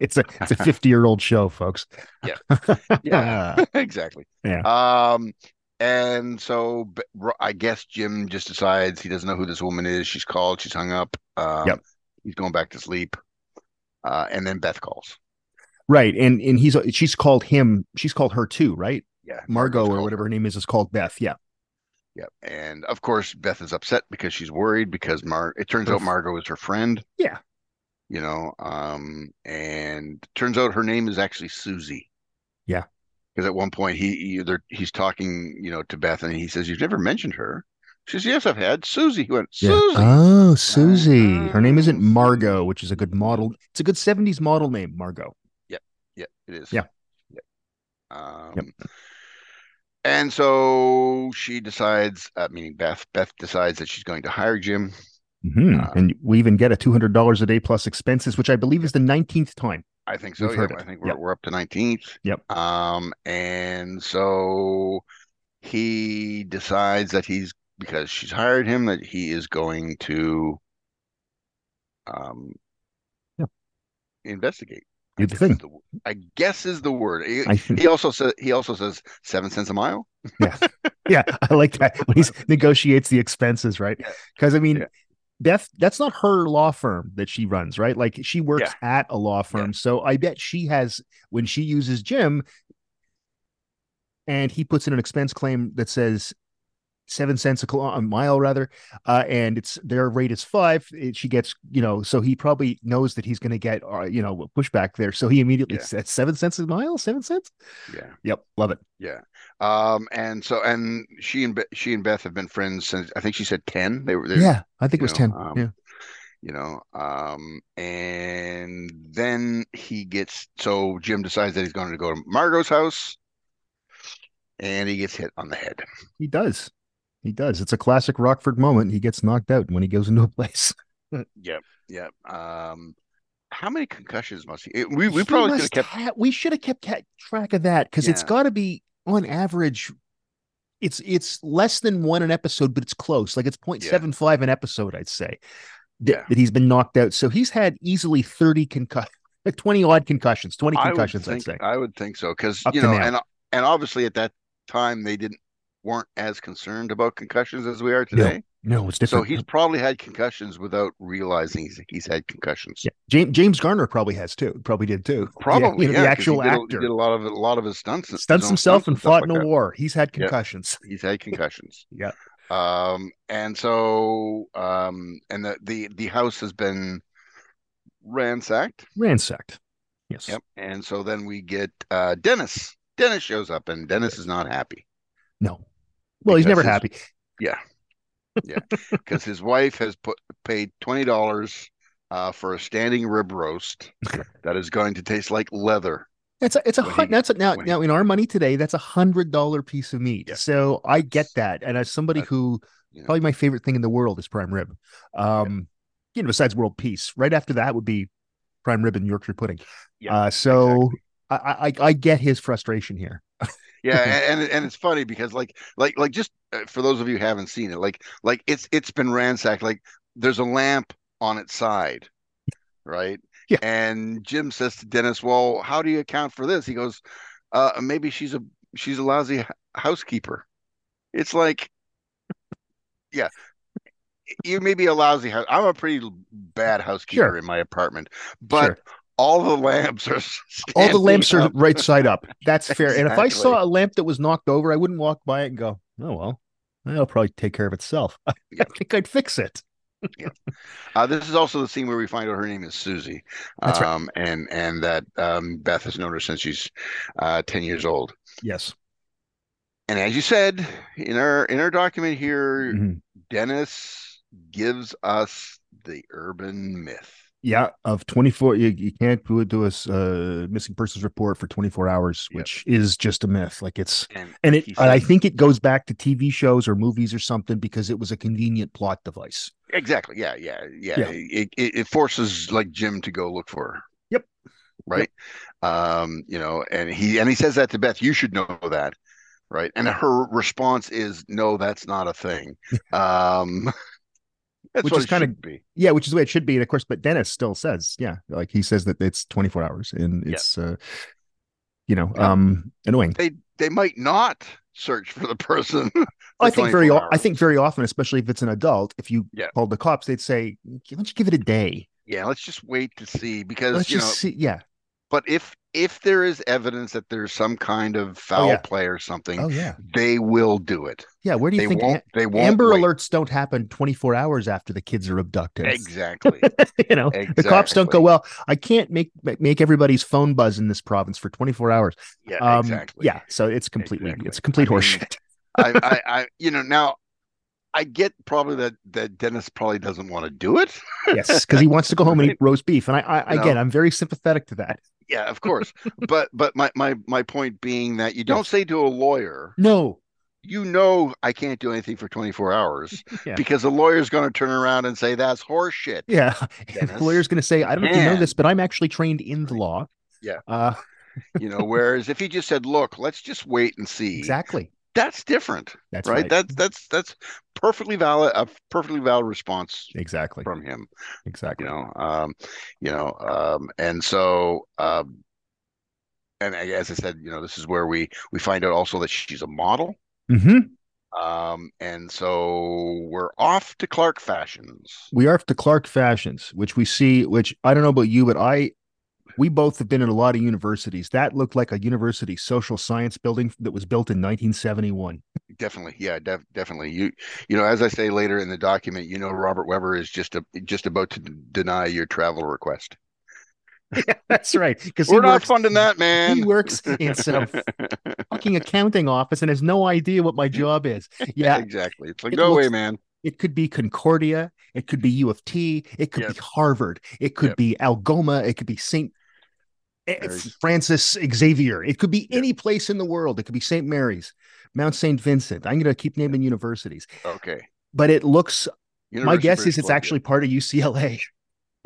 Speaker 4: It's a it's a 50 year old show, folks.
Speaker 3: Yeah.
Speaker 4: Yeah.
Speaker 3: exactly.
Speaker 4: Yeah.
Speaker 3: Um, and so b- r- I guess Jim just decides he doesn't know who this woman is. She's called. She's hung up. Um,
Speaker 4: Yep.
Speaker 3: He's going back to sleep. Uh, and then Beth calls.
Speaker 4: right. And and he's she's called him, she's called her too, right?
Speaker 3: Yeah,
Speaker 4: Margot
Speaker 3: Margot's
Speaker 4: or
Speaker 3: called
Speaker 4: whatever her name is is called Beth. Yeah.
Speaker 3: Yep. And of course, Beth is upset because she's worried because Mar. It turns out Margot is her friend.
Speaker 4: Yeah.
Speaker 3: You know, um, and turns out her name is actually Susie.
Speaker 4: Yeah.
Speaker 3: Because at one point he either he's talking, you know, to Beth, and he says, "You've never mentioned her." She says, "Yes, I've had Susie." He went,
Speaker 4: Yeah.
Speaker 3: "Susie."
Speaker 4: Oh, Susie. Her name isn't
Speaker 3: Oh.
Speaker 4: Margot, which is a good model. It's a good 70s model name, Margot.
Speaker 3: Yeah, it is.
Speaker 4: Yeah.
Speaker 3: Yep. Um, And so she decides, uh, meaning Beth, Beth decides that she's going to hire Jim.
Speaker 4: Mhm.
Speaker 3: Uh,
Speaker 4: and we even get a $200 a day plus expenses, which I believe is the 19th time.
Speaker 3: I think so.
Speaker 4: We've
Speaker 3: yeah,
Speaker 4: heard it.
Speaker 3: I think we're,
Speaker 4: Yep.
Speaker 3: we're up to 19th.
Speaker 4: Yep.
Speaker 3: Um, and so he decides that he's, because she's hired him, that he is going to um,
Speaker 4: Yeah.
Speaker 3: investigate. I
Speaker 4: Do the
Speaker 3: guess
Speaker 4: thing.
Speaker 3: is the w- I guess is the word. He,
Speaker 4: I think.
Speaker 3: he also says he also says seven cents a mile.
Speaker 4: Yeah. Yeah. I like that. When he negotiates the expenses, right?
Speaker 3: Yeah.
Speaker 4: Because, I mean,
Speaker 3: Yeah.
Speaker 4: Beth, that's not her law firm that she runs, right? Like she works at a law firm.
Speaker 3: Yeah.
Speaker 4: So I bet she has, when she uses Jim and he puts in an expense claim that says, Seven cents a, kilo- a mile, rather, uh, and it's their rate is five. It, she gets, you know, so he probably knows that he's going to get, uh, you know, pushback there. So he immediately
Speaker 3: Yeah.
Speaker 4: says seven cents a mile, seven cents.
Speaker 3: Yeah.
Speaker 4: Yep, love it.
Speaker 3: Um, and so, and she and Be- she and Beth have been friends since I think she said ten. They were, they,
Speaker 4: yeah, I think
Speaker 3: you
Speaker 4: it was
Speaker 3: know,
Speaker 4: ten.
Speaker 3: um,
Speaker 4: yeah,
Speaker 3: you know. Um, and then he gets so Jim decides that he's going to go to Margot's house, and he gets hit on the head.
Speaker 4: He does. He does. It's a classic Rockford moment. He gets knocked out when he goes into a place.
Speaker 3: Yep, yep. Um, how many concussions must he? it- we we probably
Speaker 4: He
Speaker 3: could have
Speaker 4: must
Speaker 3: kept.
Speaker 4: ha- we should have kept ca- track of that because it's
Speaker 3: Yeah.
Speaker 4: got to be on average. It's it's less than one an episode, but it's close. Like it's 0.75 an episode, I'd say. That,
Speaker 3: Yeah.
Speaker 4: that he's been knocked out. So he's had easily 30 concussions, like 20 odd concussions, 20
Speaker 3: I would
Speaker 4: concussions, I'd
Speaker 3: think
Speaker 4: say.
Speaker 3: I would think so because
Speaker 4: Up
Speaker 3: you
Speaker 4: to
Speaker 3: know,
Speaker 4: now.
Speaker 3: and and obviously at that time they didn't weren't as concerned about concussions as we are today.
Speaker 4: no,
Speaker 3: So
Speaker 4: it's different.
Speaker 3: he's probably had concussions without realizing he's, he's had concussions.
Speaker 4: yeah. James, James Garner probably has too. Probably did too. Yeah,
Speaker 3: Probably,
Speaker 4: you know,
Speaker 3: yeah,
Speaker 4: the
Speaker 3: 'cause he
Speaker 4: actual
Speaker 3: did a- he
Speaker 4: actor.
Speaker 3: did a lot of a lot of his stunts, his
Speaker 4: stunts
Speaker 3: own
Speaker 4: himself and
Speaker 3: stuff
Speaker 4: fought
Speaker 3: like
Speaker 4: in a
Speaker 3: that.
Speaker 4: war. He's had
Speaker 3: Yeah.
Speaker 4: concussions.
Speaker 3: He's had concussions.
Speaker 4: Yeah.
Speaker 3: Um, and so, um, and the the the house has been ransacked.
Speaker 4: Ransacked. Yes.
Speaker 3: Yep. And so then we get uh Dennis. Dennis shows up, and Dennis is not happy.
Speaker 4: No. Well,
Speaker 3: Because
Speaker 4: he's never
Speaker 3: his-
Speaker 4: happy.
Speaker 3: Yeah. Yeah. Because his wife has put paid twenty dollars uh for a standing rib roast that is going to taste like leather.
Speaker 4: It's a, it's a
Speaker 3: when
Speaker 4: hun-
Speaker 3: he-
Speaker 4: that's a, now
Speaker 3: when he-
Speaker 4: now in our money today that's a hundred dollar piece of meat.
Speaker 3: Yeah.
Speaker 4: So I get that, and as somebody
Speaker 3: That's-
Speaker 4: who
Speaker 3: you know.
Speaker 4: probably my favorite thing in the world is prime rib. Um, you know, besides world peace, right after that would be prime rib and Yorkshire pudding.
Speaker 3: Yeah,
Speaker 4: uh, so I, I I get his frustration here.
Speaker 3: Yeah, and and- and it's funny because like like like just uh, for those of you who haven't seen it, like like it's it's been ransacked. Like there's a lamp on its side, right?
Speaker 4: Yeah.
Speaker 3: And Jim says to Dennis, "Well, how do you account for this?" He goes, "Uh, maybe she's a she's a lousy h- housekeeper." It's like, yeah, you may be a lousy house. I'm a pretty l- bad housekeeper
Speaker 4: Sure.
Speaker 3: in my apartment, but
Speaker 4: Sure.
Speaker 3: all the lamps are
Speaker 4: All the
Speaker 3: standing
Speaker 4: lamps are
Speaker 3: up.
Speaker 4: right side up. That's fair. And if I saw
Speaker 3: Exactly.
Speaker 4: a lamp that was knocked over, I wouldn't walk by it and go, "Oh well, that'll probably take care of itself." I
Speaker 3: Yeah.
Speaker 4: think I'd fix it.
Speaker 3: Uh, this is also the scene where we find out her name is Susie,
Speaker 4: That's right.
Speaker 3: um, and and that um, Beth has known her since she's uh, ten years old.
Speaker 4: Yes.
Speaker 3: And as you said in our in our document here,
Speaker 4: Mhm.
Speaker 3: Dennis gives us the urban myth.
Speaker 4: Yeah, of 24, you, you can't do, do a s- uh, missing persons report for 24 hours,
Speaker 3: Yep.
Speaker 4: which is just a myth. Like it's,
Speaker 3: And
Speaker 4: and it,
Speaker 3: he
Speaker 4: and I
Speaker 3: says-
Speaker 4: think it goes back to TV shows or movies or something because it was a convenient plot device.
Speaker 3: exactly, yeah, yeah, yeah.
Speaker 4: Yeah.
Speaker 3: It, it it forces like Jim to go look for her.
Speaker 4: Yep.
Speaker 3: Right. Um, you know, and he and he says that to Beth. You should know that, right? And her response is, "No, that's not a thing." Um, that's
Speaker 4: Which
Speaker 3: what
Speaker 4: is
Speaker 3: it
Speaker 4: kinda-
Speaker 3: should be.
Speaker 4: Yeah, which is the way it should be. And of course, but Dennis still says, yeah, like he says that it's 24 hours and
Speaker 3: Yeah.
Speaker 4: it's, uh, you know,
Speaker 3: Yeah.
Speaker 4: um, annoying.
Speaker 3: They they might not search for the person.
Speaker 4: I
Speaker 3: for
Speaker 4: think very,
Speaker 3: 24
Speaker 4: o- I think
Speaker 3: hours.
Speaker 4: very often, especially if it's an adult, if you
Speaker 3: Yeah.
Speaker 4: called the cops, they'd say, why don't you give it a day?
Speaker 3: Yeah, let's just wait to see because
Speaker 4: Let's
Speaker 3: you know
Speaker 4: just see. Yeah.
Speaker 3: But if if there is evidence that there's some kind of foul
Speaker 4: yeah.
Speaker 3: play or something,
Speaker 4: Oh yeah,
Speaker 3: they will do it.
Speaker 4: yeah. Where do you
Speaker 3: They
Speaker 4: think
Speaker 3: won't. They won't.
Speaker 4: Amber
Speaker 3: wait.
Speaker 4: alerts don't happen 24 hours after the kids are abducted.
Speaker 3: Exactly.
Speaker 4: you know, the cops don't go
Speaker 3: Exactly.
Speaker 4: well. I can't make make everybody's phone buzz in this province for 24 hours.
Speaker 3: Yeah.
Speaker 4: Um,
Speaker 3: E, exactly.
Speaker 4: Yeah, so it's completely
Speaker 3: Exactly.
Speaker 4: it's complete
Speaker 3: I mean,
Speaker 4: horseshit.
Speaker 3: I, I, I, you know, now I get probably that that Dennis probably doesn't want to do it.
Speaker 4: yes, because he wants to go home and eat roast beef, and I, I
Speaker 3: No.
Speaker 4: again, I'm very sympathetic to that.
Speaker 3: Yeah, of course. but but my my my point being that you don't
Speaker 4: Yes.
Speaker 3: say to a lawyer,
Speaker 4: No,
Speaker 3: you know, I can't do anything for 24 hours
Speaker 4: Yeah.
Speaker 3: because the lawyer's going to turn around and say that's horseshit.
Speaker 4: yeah,
Speaker 3: Dennis,
Speaker 4: the lawyer's going to say, I don't know if you know
Speaker 3: man.
Speaker 4: this, but I'm actually trained in the law.
Speaker 3: Yeah.
Speaker 4: uh,
Speaker 3: You know, whereas if he just said, "Look, let's just wait and see,"
Speaker 4: exactly.
Speaker 3: that's different,
Speaker 4: That's
Speaker 3: right?
Speaker 4: right.
Speaker 3: That's that's that's perfectly valid, a perfectly valid response
Speaker 4: exactly,
Speaker 3: from him. you
Speaker 4: exactly.
Speaker 3: know um you know um and so um and I- as i said you know this is where we we find out also that she's a model
Speaker 4: hmm
Speaker 3: um and so we're off to clark fashions
Speaker 4: we are to Clark Fashions, which we see, which I don't know about you, but I, we both have been in a lot of universities. That looked like a university social science building that was built in 1971.
Speaker 3: definitely yeah def- definitely you you know as i say later in the document you know robert weber is just a, just about to d- deny your travel request
Speaker 4: That's right. Because
Speaker 3: we're not funding that
Speaker 4: He
Speaker 3: man
Speaker 4: works in some fucking accounting office and has no idea what my job is. Yeah,
Speaker 3: exactly it's like
Speaker 4: It
Speaker 3: go away
Speaker 4: looks-
Speaker 3: man
Speaker 4: it could be Concordia, it could be U of T, it could be
Speaker 3: Yep.
Speaker 4: Harvard, it could
Speaker 3: Yep.
Speaker 4: be Algoma, it could be St.
Speaker 3: Mary's.
Speaker 4: Francis Xavier. It could be any place in the world. It could be St. Mary's, Mount St. Vincent. I'm going to keep naming universities,
Speaker 3: okay
Speaker 4: but it looks, my
Speaker 3: University of
Speaker 4: guess is
Speaker 3: British
Speaker 4: it's
Speaker 3: Columbia.
Speaker 4: actually part of UCLA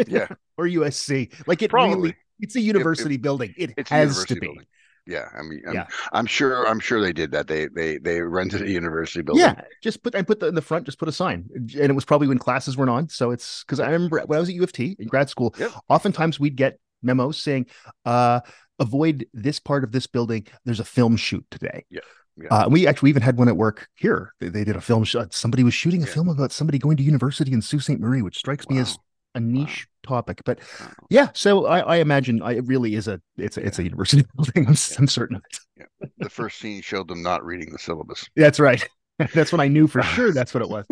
Speaker 3: yeah
Speaker 4: or USC. Like it
Speaker 3: probably
Speaker 4: really, it's a university building. It
Speaker 3: It's a
Speaker 4: has
Speaker 3: university
Speaker 4: to be.
Speaker 3: building. Yeah, I mean, I'm,
Speaker 4: Yeah.
Speaker 3: I'm sure. I'm sure they did that. They they they rented a university building.
Speaker 4: Yeah, just put and put the, in the front. Just put a sign, and it was probably when classes weren't on. So it's because I remember when I was at U of T in grad school.
Speaker 3: Yep.
Speaker 4: Oftentimes we'd get memos saying, uh, "Avoid this part of this building. There's a film shoot today."
Speaker 3: Yeah, yeah.
Speaker 4: Uh, we actually even had one at work here. They, they did a film shot. Somebody was shooting a
Speaker 3: Yeah.
Speaker 4: film about somebody going to university in Sault Ste. Marie, which strikes me as a niche topic. But
Speaker 3: Uh,
Speaker 4: yeah, so I, I imagine I, it really is a it's a, it's a university building. I'm, s- I'm certain of it.
Speaker 3: The first scene showed them not reading the syllabus.
Speaker 4: That's right. that's when I knew for sure that's what it was.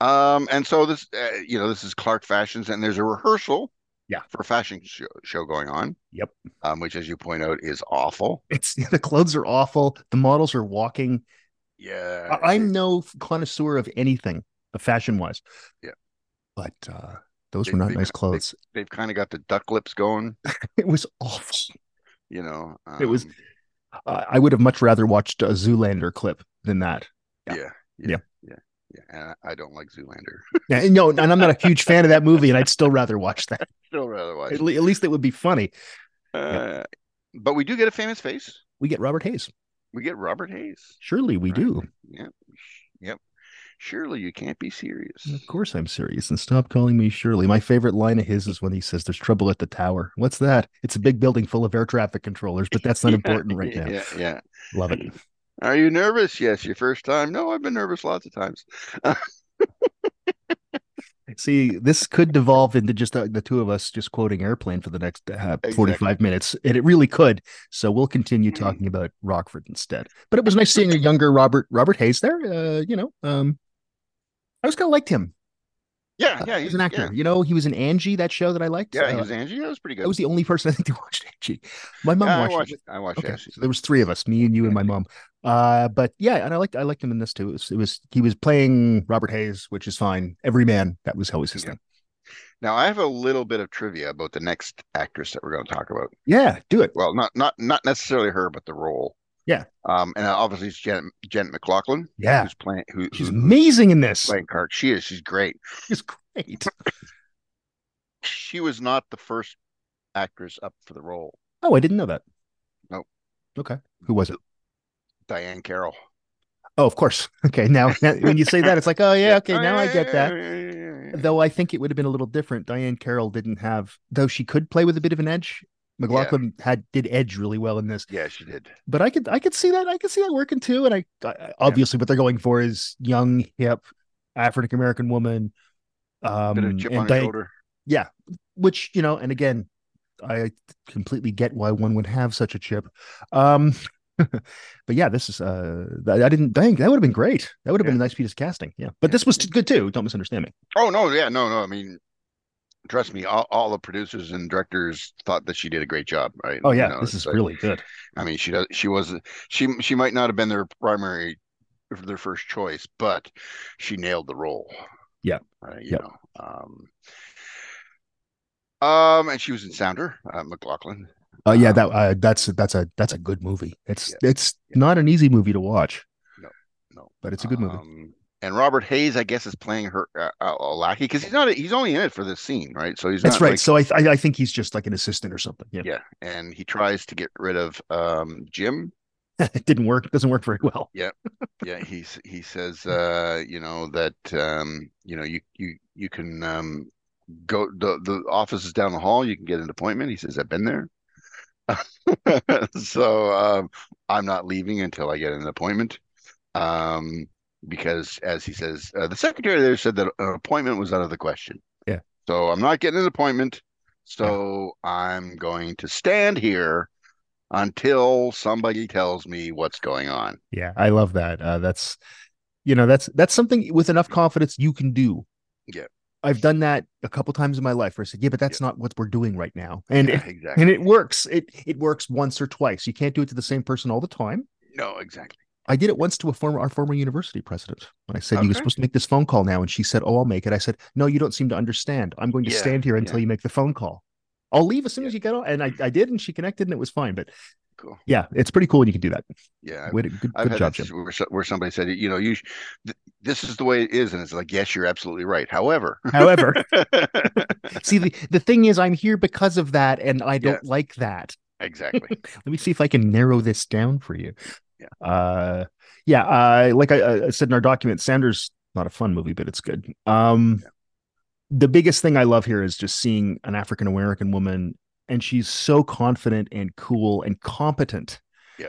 Speaker 3: Um, and so this, uh, you know, this is Clark Fashions, and there's a rehearsal.
Speaker 4: Yeah.
Speaker 3: For a fashion show, show going on.
Speaker 4: Yep.
Speaker 3: Um, which, as you point out, is awful.
Speaker 4: It's the clothes are awful. The models are walking.
Speaker 3: Yeah.
Speaker 4: I, am no connoisseur of anything fashion wise.
Speaker 3: Yeah.
Speaker 4: But uh, those
Speaker 3: They-
Speaker 4: were not
Speaker 3: they-
Speaker 4: nice
Speaker 3: they-
Speaker 4: clothes.
Speaker 3: They've kind of got the duck lips going.
Speaker 4: it was awful.
Speaker 3: You know. Um,
Speaker 4: It was- Uh, I would have much rather watched a Zoolander clip than that.
Speaker 3: Yeah.
Speaker 4: yeah.
Speaker 3: Yeah.
Speaker 4: Yeah.
Speaker 3: Yeah. yeah. And I I don't like Zoolander.
Speaker 4: Yeah, and no, and I'm not a huge fan of that movie, and I'd still rather watch that.
Speaker 3: Still rather watch.
Speaker 4: At, le- at least it would be funny.
Speaker 3: Uh, but we do get a famous face.
Speaker 4: We get Robert Hayes.
Speaker 3: We get Robert Hayes.
Speaker 4: Surely we
Speaker 3: Right.
Speaker 4: do.
Speaker 3: Yep. sh- Yep. Surely you can't be serious.
Speaker 4: Of course I'm serious. And stop calling me Shirley. My favorite line of his is when he says, There's trouble at the tower. What's that? It's a big building full of air traffic controllers, but that's not
Speaker 3: Yeah,
Speaker 4: important right now.
Speaker 3: Yeah, yeah.
Speaker 4: Love it.
Speaker 3: Are you nervous? Yes, your first time. No, I've been nervous lots of times.
Speaker 4: See, this could devolve into just uh, the two of us just quoting airplane for the next uh, 45 minutes, and it really could. So we'll continue
Speaker 3: Mhm.
Speaker 4: talking about Rockford instead. But it was nice seeing a younger Robert Robert Hayes there. Uh, you know, um, I was kind of liked him.
Speaker 3: Yeah,
Speaker 4: Uh,
Speaker 3: yeah.
Speaker 4: he was
Speaker 3: he-
Speaker 4: an actor. You know, he was in Angie, that show that I liked.
Speaker 3: Yeah, yeah he
Speaker 4: Uh,
Speaker 3: was Angie. That was pretty good.
Speaker 4: I was the only person I think who watched Angie. My mom
Speaker 3: Yeah, I
Speaker 4: watched,
Speaker 3: watched.
Speaker 4: it.
Speaker 3: I watched
Speaker 4: Okay,
Speaker 3: Angie.
Speaker 4: so there was three of us, me and you and my mom. Uh, but yeah, and I liked I liked him in this too. It was, it was he was playing Robert Hayes, which is fine. Every man, that was always his
Speaker 3: Yeah.
Speaker 4: thing.
Speaker 3: Now I have a little bit of trivia about the next actress that we're going to talk about.
Speaker 4: Yeah, do it.
Speaker 3: Well, not not not necessarily her, but the role.
Speaker 4: Yeah.
Speaker 3: Um, and obviously it's Janet Janet McLaughlin,
Speaker 4: Yeah,
Speaker 3: who's playing who, who's
Speaker 4: she's amazing in this.
Speaker 3: playing Clark. She is. She's great.
Speaker 4: She's great.
Speaker 3: She was not the first actress up for the role.
Speaker 4: Oh, I didn't know that.
Speaker 3: Nope.
Speaker 4: Okay, who was it?
Speaker 3: Diane Carroll.
Speaker 4: Oh, of course. Okay, now, now when you say that, it's like, oh yeah, okay, now I get that.
Speaker 3: that.
Speaker 4: Though I think it would have been a little different. Diane Carroll didn't have, though she could play with a bit of an edge. McLaughlin had did edge really well in this.
Speaker 3: Yeah, she did.
Speaker 4: but I could I could see that I could see that working too. And I, I- I obviously what they're going for is young, hip, African American woman, um,
Speaker 3: Bit of chip
Speaker 4: and
Speaker 3: on her
Speaker 4: Diane-
Speaker 3: shoulder.
Speaker 4: which you know, and again, I completely get why one would have such a chip. Um, but yeah, this is uh, I I didn't dang that would have been great. That would have been a nice piece of casting. Yeah, but this was t- good too. Don't misunderstand me.
Speaker 3: Oh no, yeah, no, no. I mean, trust me, all, all the producers and directors thought that she did a great job, right?
Speaker 4: Oh
Speaker 3: You
Speaker 4: yeah,
Speaker 3: know,
Speaker 4: this
Speaker 3: it's
Speaker 4: is
Speaker 3: like-
Speaker 4: really good.
Speaker 3: I mean, she does. She was. She she might not have been their primary, their first choice, but she nailed the role.
Speaker 4: Yeah.
Speaker 3: Right. You
Speaker 4: Yep.
Speaker 3: know. Um. Um, and she was in Sounder, uh, McLaughlin.
Speaker 4: Oh yeah,
Speaker 3: Um,
Speaker 4: that uh, that's that's a that's a good movie. It's it's
Speaker 3: yeah.
Speaker 4: not an easy movie to watch.
Speaker 3: No, no.
Speaker 4: but it's a good movie.
Speaker 3: Um, and Robert Hayes, I guess, is playing her uh, a a lackey because he's not. He's only in it for this scene, right? So he's
Speaker 4: That's
Speaker 3: not,
Speaker 4: right.
Speaker 3: like-
Speaker 4: so I, I I think he's just like an assistant or something. Yeah,
Speaker 3: yeah, and he tries to get rid of um Jim,
Speaker 4: it didn't work. Doesn't work very well.
Speaker 3: yeah he's he says uh you know that um you know you you you can um go the the office is down the hall you can get an appointment he says i've been there so um i'm not leaving until i get an appointment um because as he says uh, the secretary there said that an appointment was out of the question
Speaker 4: Yeah.
Speaker 3: so i'm not getting an appointment so i'm going to stand here until somebody tells me what's going on
Speaker 4: Yeah, I love that. Uh, that's you know that's that's something with enough confidence you can do.
Speaker 3: Yeah.
Speaker 4: I've done that a couple times in my life where I said, "Yeah, but that's not what we're doing right now," and
Speaker 3: Yeah,
Speaker 4: it,
Speaker 3: exactly
Speaker 4: and it works. It it works once or twice. You can't do it to the same person all the time.
Speaker 3: No, exactly.
Speaker 4: I did it once to a former our former university president. I said, "You're
Speaker 3: Okay.
Speaker 4: supposed to make this phone call now," and she said, "Oh, I'll make it." I said, "No, you don't seem to understand. I'm going to
Speaker 3: Yeah,
Speaker 4: stand here until you make the phone call. I'll leave as soon
Speaker 3: Yeah.
Speaker 4: as you get on." And I, I did, and she connected, and it was fine. But
Speaker 3: Cool.
Speaker 4: yeah, it's pretty cool when you can do that.
Speaker 3: Yeah. I've,
Speaker 4: Way to- good
Speaker 3: I've
Speaker 4: good
Speaker 3: had
Speaker 4: job,
Speaker 3: that
Speaker 4: Jim.
Speaker 3: where, so- where somebody said, you know, you sh- th- this is the way it is. And it's like, yes, you're absolutely right. However,
Speaker 4: However, See, the, the thing is, I'm here because of that, and I don't like that.
Speaker 3: exactly.
Speaker 4: Let me see if I can narrow this down for you.
Speaker 3: Yeah.
Speaker 4: Uh, yeah. Uh, like I, I said in our document, Sanders, not a fun movie, but it's good. Um, The biggest thing I love here is just seeing an African American woman, and she's so confident and cool and competent.
Speaker 3: Yeah.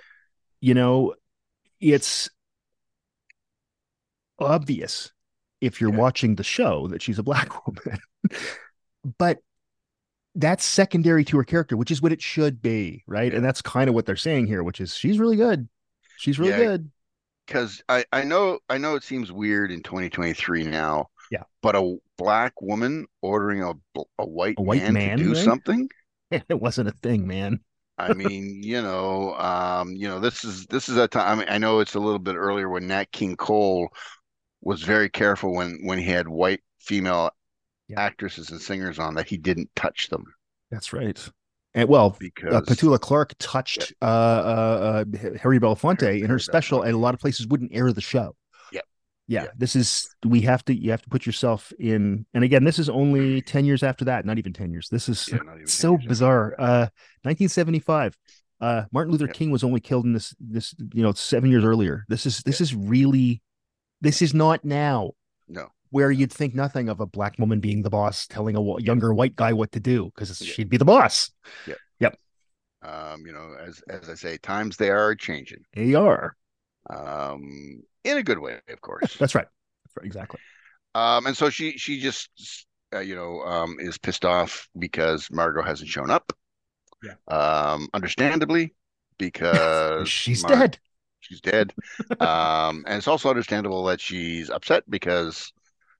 Speaker 4: You know, it's obvious if you're
Speaker 3: Yeah.
Speaker 4: watching the show that she's a black woman. but that's secondary to her character, which is what it should be, right? And that's kind of what they're saying here, which is she's really good. She's really
Speaker 3: Yeah.
Speaker 4: good.
Speaker 3: Because I, I know, I know it seems weird in 2023 now.
Speaker 4: Yeah.
Speaker 3: But a black woman ordering a, bl- a white
Speaker 4: A white
Speaker 3: man,
Speaker 4: man,
Speaker 3: to do
Speaker 4: right?
Speaker 3: something.
Speaker 4: it wasn't a thing, man.
Speaker 3: I mean, you know, um, you know, this is this is a time. I, mean, I know it's a little bit earlier when Nat King Cole was very careful when when he had white female
Speaker 4: Yeah.
Speaker 3: actresses and singers on that he didn't touch them
Speaker 4: That's right. And well, uh,
Speaker 3: because
Speaker 4: Petula Clark touched uh, uh, uh, Harry Belafonte
Speaker 3: Harry-
Speaker 4: in her
Speaker 3: Harry
Speaker 4: special, and a
Speaker 3: Belafonte.
Speaker 4: lot of places wouldn't air the show.
Speaker 3: Yep.
Speaker 4: Yeah,
Speaker 3: Yep.
Speaker 4: this is we have to you have to put yourself in, and again, this is only ten years after that, not even ten years. This is
Speaker 3: Yeah, not even 10
Speaker 4: so
Speaker 3: years after.
Speaker 4: bizarre. Uh, 1975. Uh, Martin Luther
Speaker 3: Yep.
Speaker 4: King was only killed in this this you know seven years earlier. This is this is really this is not now.
Speaker 3: No.
Speaker 4: Where you'd think nothing of a black woman being the boss, telling a wa- younger white guy what to do because
Speaker 3: Yeah.
Speaker 4: she'd be the boss.
Speaker 3: um, you know, as as I say, times they are changing,
Speaker 4: AR.
Speaker 3: um, in a good way, of course.
Speaker 4: That's right. That's right. Exactly.
Speaker 3: Um, and so she she just uh, you know um, is pissed off because Margot hasn't shown up.
Speaker 4: Yeah.
Speaker 3: Um, understandably, because
Speaker 4: She's
Speaker 3: Mar-
Speaker 4: dead.
Speaker 3: She's dead. Um, and it's also understandable that she's upset because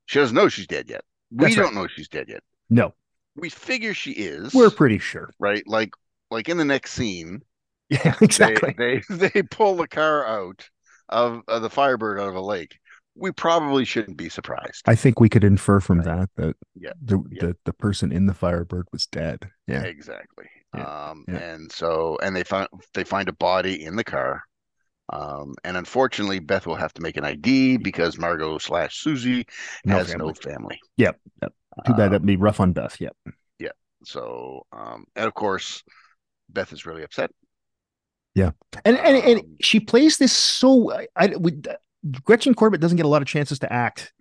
Speaker 3: she doesn't know she's dead yet. We
Speaker 4: That's right.
Speaker 3: don't know she's dead yet.
Speaker 4: No,
Speaker 3: We figure she is.
Speaker 4: we're pretty sure.
Speaker 3: right. Like like in the next scene,
Speaker 4: Yeah, exactly.
Speaker 3: they they, they pull the car out of, of the Firebird out of a lake. We probably shouldn't be surprised.
Speaker 4: I think we could infer from that that
Speaker 3: Yeah,
Speaker 4: the,
Speaker 3: yeah.
Speaker 4: the the person in the Firebird was dead. Yeah.
Speaker 3: Exactly.
Speaker 4: Yeah,
Speaker 3: Um,
Speaker 4: yeah.
Speaker 3: and so and they find they find a body in the car. Um, and unfortunately, Beth will have to make an ID because Margot slash Susie
Speaker 4: No
Speaker 3: has
Speaker 4: family.
Speaker 3: no family.
Speaker 4: Yep, yep. Too bad
Speaker 3: Um,
Speaker 4: that'd be rough on Beth. Yep.
Speaker 3: So, um, and of course, Beth is really upset.
Speaker 4: And and, and
Speaker 3: um,
Speaker 4: she plays this so I, I we, Gretchen Corbett doesn't get a lot of chances to act.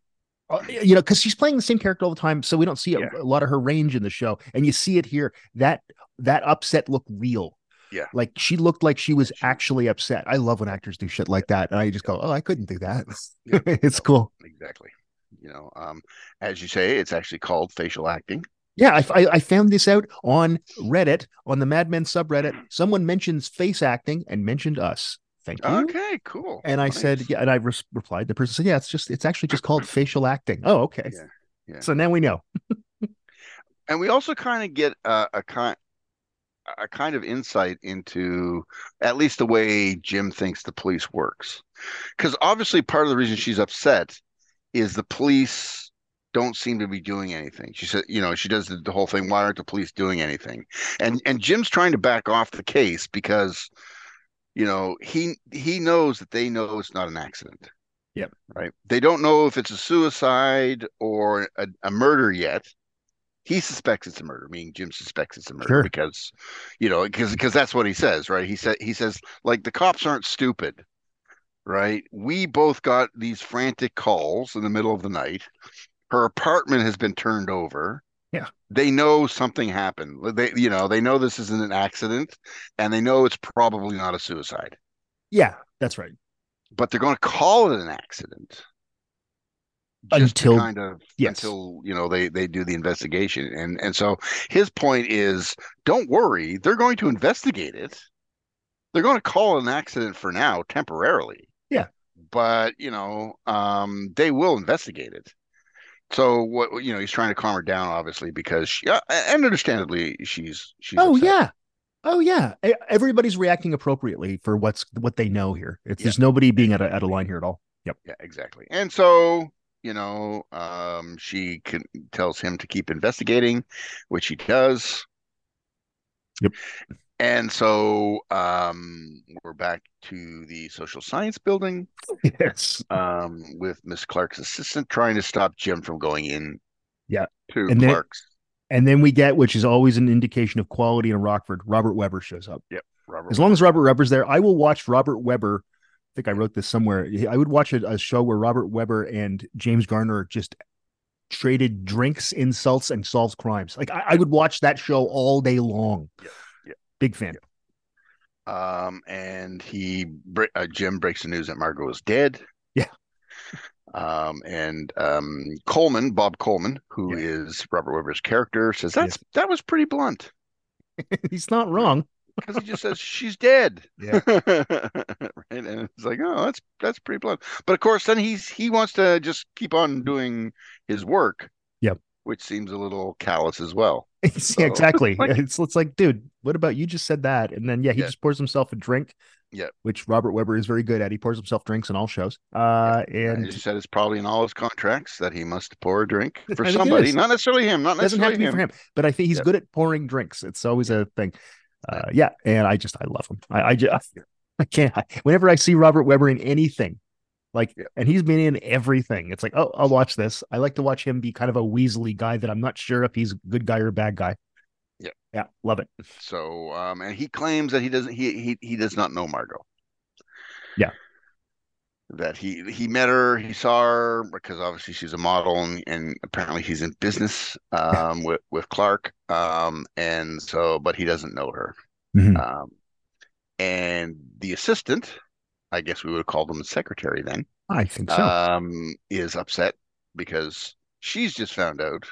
Speaker 4: Uh, You know, because she's playing the same character all the time, so we don't see a,
Speaker 3: Yeah.
Speaker 4: a lot of her range in the show. And you see it here. That that upset looked real.
Speaker 3: Yeah.
Speaker 4: like she looked like she was actually upset. I love when actors do shit like that, and I just go, "Oh, I couldn't do that."
Speaker 3: Yeah,
Speaker 4: it's
Speaker 3: no,
Speaker 4: cool.
Speaker 3: Exactly. You know, um, as you say, it's actually called facial acting.
Speaker 4: Yeah, I, I, I found this out on Reddit, on the Mad Men subreddit. Someone mentions face acting and mentioned us. Thank you.
Speaker 3: Okay, cool.
Speaker 4: Mm-hmm. And I
Speaker 3: Nice.
Speaker 4: said, yeah, and I res- replied. The person said, yeah, it's just, it's actually just called facial acting. Oh, okay.
Speaker 3: Yeah, yeah.
Speaker 4: So now we know.
Speaker 3: and we also kind of get a, a kind a kind of insight into at least the way Jim thinks the police works. Because obviously, part of the reason she's upset is the police don't seem to be doing anything. She said, you know, she does the, the whole thing. Why aren't the police doing anything? And and Jim's trying to back off the case because, you know, he he knows that they know it's not an accident.
Speaker 4: Yep.
Speaker 3: Right. They don't know if it's a suicide or a, a murder yet. He suspects it's a murder, meaning Jim suspects it's a murder
Speaker 4: Sure.
Speaker 3: because, you know, because because that's what he says, right? He said he says like the cops aren't stupid right? We both got these frantic calls in the middle of the night. Her apartment has been turned over.
Speaker 4: Yeah.
Speaker 3: They know something happened. They, you know, they know this isn't an accident and they know it's probably not a suicide,
Speaker 4: Yeah, that's right.
Speaker 3: but they're going to call it an accident. just to
Speaker 4: Until-
Speaker 3: kind of
Speaker 4: yes.
Speaker 3: until you know they they do the investigation and and so his point is don't worry they're going to investigate it they're going to call it an accident for now temporarily
Speaker 4: Yeah.
Speaker 3: but you know um they will investigate it so what you know he's trying to calm her down obviously because she, uh, and understandably she's she's
Speaker 4: Oh
Speaker 3: upset.
Speaker 4: yeah. Oh yeah. E- Everybody's reacting appropriately for what's what they know here. It's there's nobody being at a, at a line here at all. Yep.
Speaker 3: Yeah, exactly. And so, you know, um, she can, tells him to keep investigating, which he does.
Speaker 4: Yep.
Speaker 3: And so um, we're back to the social science building
Speaker 4: Yes.
Speaker 3: um, with Miss Clark's assistant trying to stop Jim from going in.
Speaker 4: Yeah.
Speaker 3: To
Speaker 4: And then-
Speaker 3: Clark's.
Speaker 4: And then we get, which is always an indication of quality in Rockford, Robert Weber shows up.
Speaker 3: Robert
Speaker 4: As long as Robert Weber's there, I will watch Robert Weber. I think I wrote this somewhere. I would watch a, a show where Robert Weber and James Garner just traded drinks, insults, and solves crimes. Like I, I would watch that show all day long.
Speaker 3: Yeah, yeah.
Speaker 4: Big fan.
Speaker 3: Um, and he bre- uh, Jim breaks the news that Margot is dead.
Speaker 4: Yeah.
Speaker 3: Um, and um, Coleman, Bob Coleman, who is
Speaker 4: Yeah.
Speaker 3: Robert Weber's character, says that's that was pretty blunt
Speaker 4: He's not wrong.
Speaker 3: because he just says she's dead.
Speaker 4: Yeah.
Speaker 3: right, and it's like, oh, that's that's pretty blunt. But of course, then he's he wants to just keep on doing his work.
Speaker 4: Yep.
Speaker 3: Which seems a little callous as well.
Speaker 4: It's- yeah,
Speaker 3: So-
Speaker 4: exactly.
Speaker 3: Like-
Speaker 4: it's it's like, dude, what about you just said that? And then yeah, he
Speaker 3: Yeah.
Speaker 4: just pours himself a drink.
Speaker 3: Yeah.
Speaker 4: Which Robert Weber is very good at. He pours himself drinks in all shows. Uh
Speaker 3: And
Speaker 4: and
Speaker 3: he said it's probably in all his contracts that he must pour a drink
Speaker 4: I
Speaker 3: for
Speaker 4: think it
Speaker 3: somebody,
Speaker 4: is.
Speaker 3: not necessarily him, not
Speaker 4: doesn't have
Speaker 3: necessarily
Speaker 4: to be for him, but I think he's
Speaker 3: Yeah.
Speaker 4: good at pouring drinks. It's always a thing. Uh, yeah, and I just I love him. I, I just I can't. I, whenever I see Robert Weber in anything, like,
Speaker 3: Yeah.
Speaker 4: and he's been in everything. It's like, oh, I'll watch this. I like to watch him be kind of a weaselly guy that I'm not sure if he's a good guy or bad guy.
Speaker 3: Yeah.
Speaker 4: yeah, love it.
Speaker 3: So, um, and he claims that he doesn't he he he does not know Margot.
Speaker 4: Yeah.
Speaker 3: That he he met her, he saw her because obviously she's a model and, and apparently he's in business um with with Clark um and so but he doesn't know her.
Speaker 4: Mhm.
Speaker 3: Um and the assistant, I guess we would have called him the secretary then,
Speaker 4: I think so.
Speaker 3: um is upset because she's just found out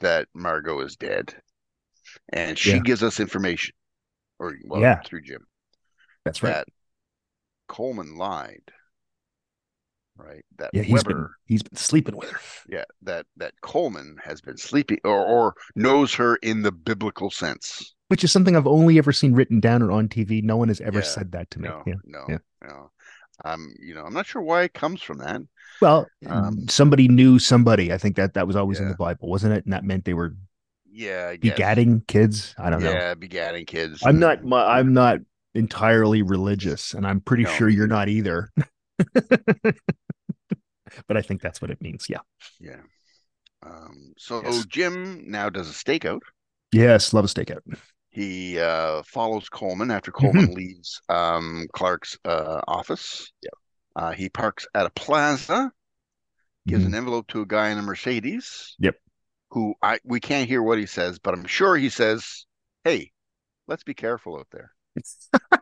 Speaker 3: that Margot is dead and she
Speaker 4: Yeah.
Speaker 3: gives us information or well
Speaker 4: Yeah.
Speaker 3: through Jim
Speaker 4: That's right.
Speaker 3: that Coleman lied right that
Speaker 4: yeah, he's been,
Speaker 3: Weber
Speaker 4: he's been sleeping with her.
Speaker 3: yeah that that Coleman has been sleeping or or knows her in the biblical sense
Speaker 4: Which is something I've only ever seen written down or on TV. No one has ever
Speaker 3: Yeah,
Speaker 4: said that to me.
Speaker 3: no
Speaker 4: Yeah.
Speaker 3: no
Speaker 4: yeah.
Speaker 3: no um you know I'm not sure why it comes from that
Speaker 4: Well,
Speaker 3: Um,
Speaker 4: somebody knew somebody. I think that that was always in
Speaker 3: Yeah.
Speaker 4: the Bible, wasn't it? And that meant they were
Speaker 3: yeah I guess
Speaker 4: begatting kids. I don't know.
Speaker 3: yeah begatting kids
Speaker 4: I'm
Speaker 3: and-
Speaker 4: not. mu- I'm not entirely religious, and I'm pretty
Speaker 3: No.
Speaker 4: sure you're not either. but I think that's what it means. Yeah.
Speaker 3: Yeah. Um, so
Speaker 4: Yes.
Speaker 3: Jim now does a stakeout.
Speaker 4: Yes, love a stakeout.
Speaker 3: He uh, follows Coleman after
Speaker 4: Mm-hmm.
Speaker 3: Coleman leaves um, Clark's uh, office. Yeah. Uh, he parks at a plaza, gives
Speaker 4: Mhm.
Speaker 3: an envelope to a guy in a Mercedes.
Speaker 4: Yep.
Speaker 3: Who I we can't hear what he says, but I'm sure he says, "Hey, let's be careful out there."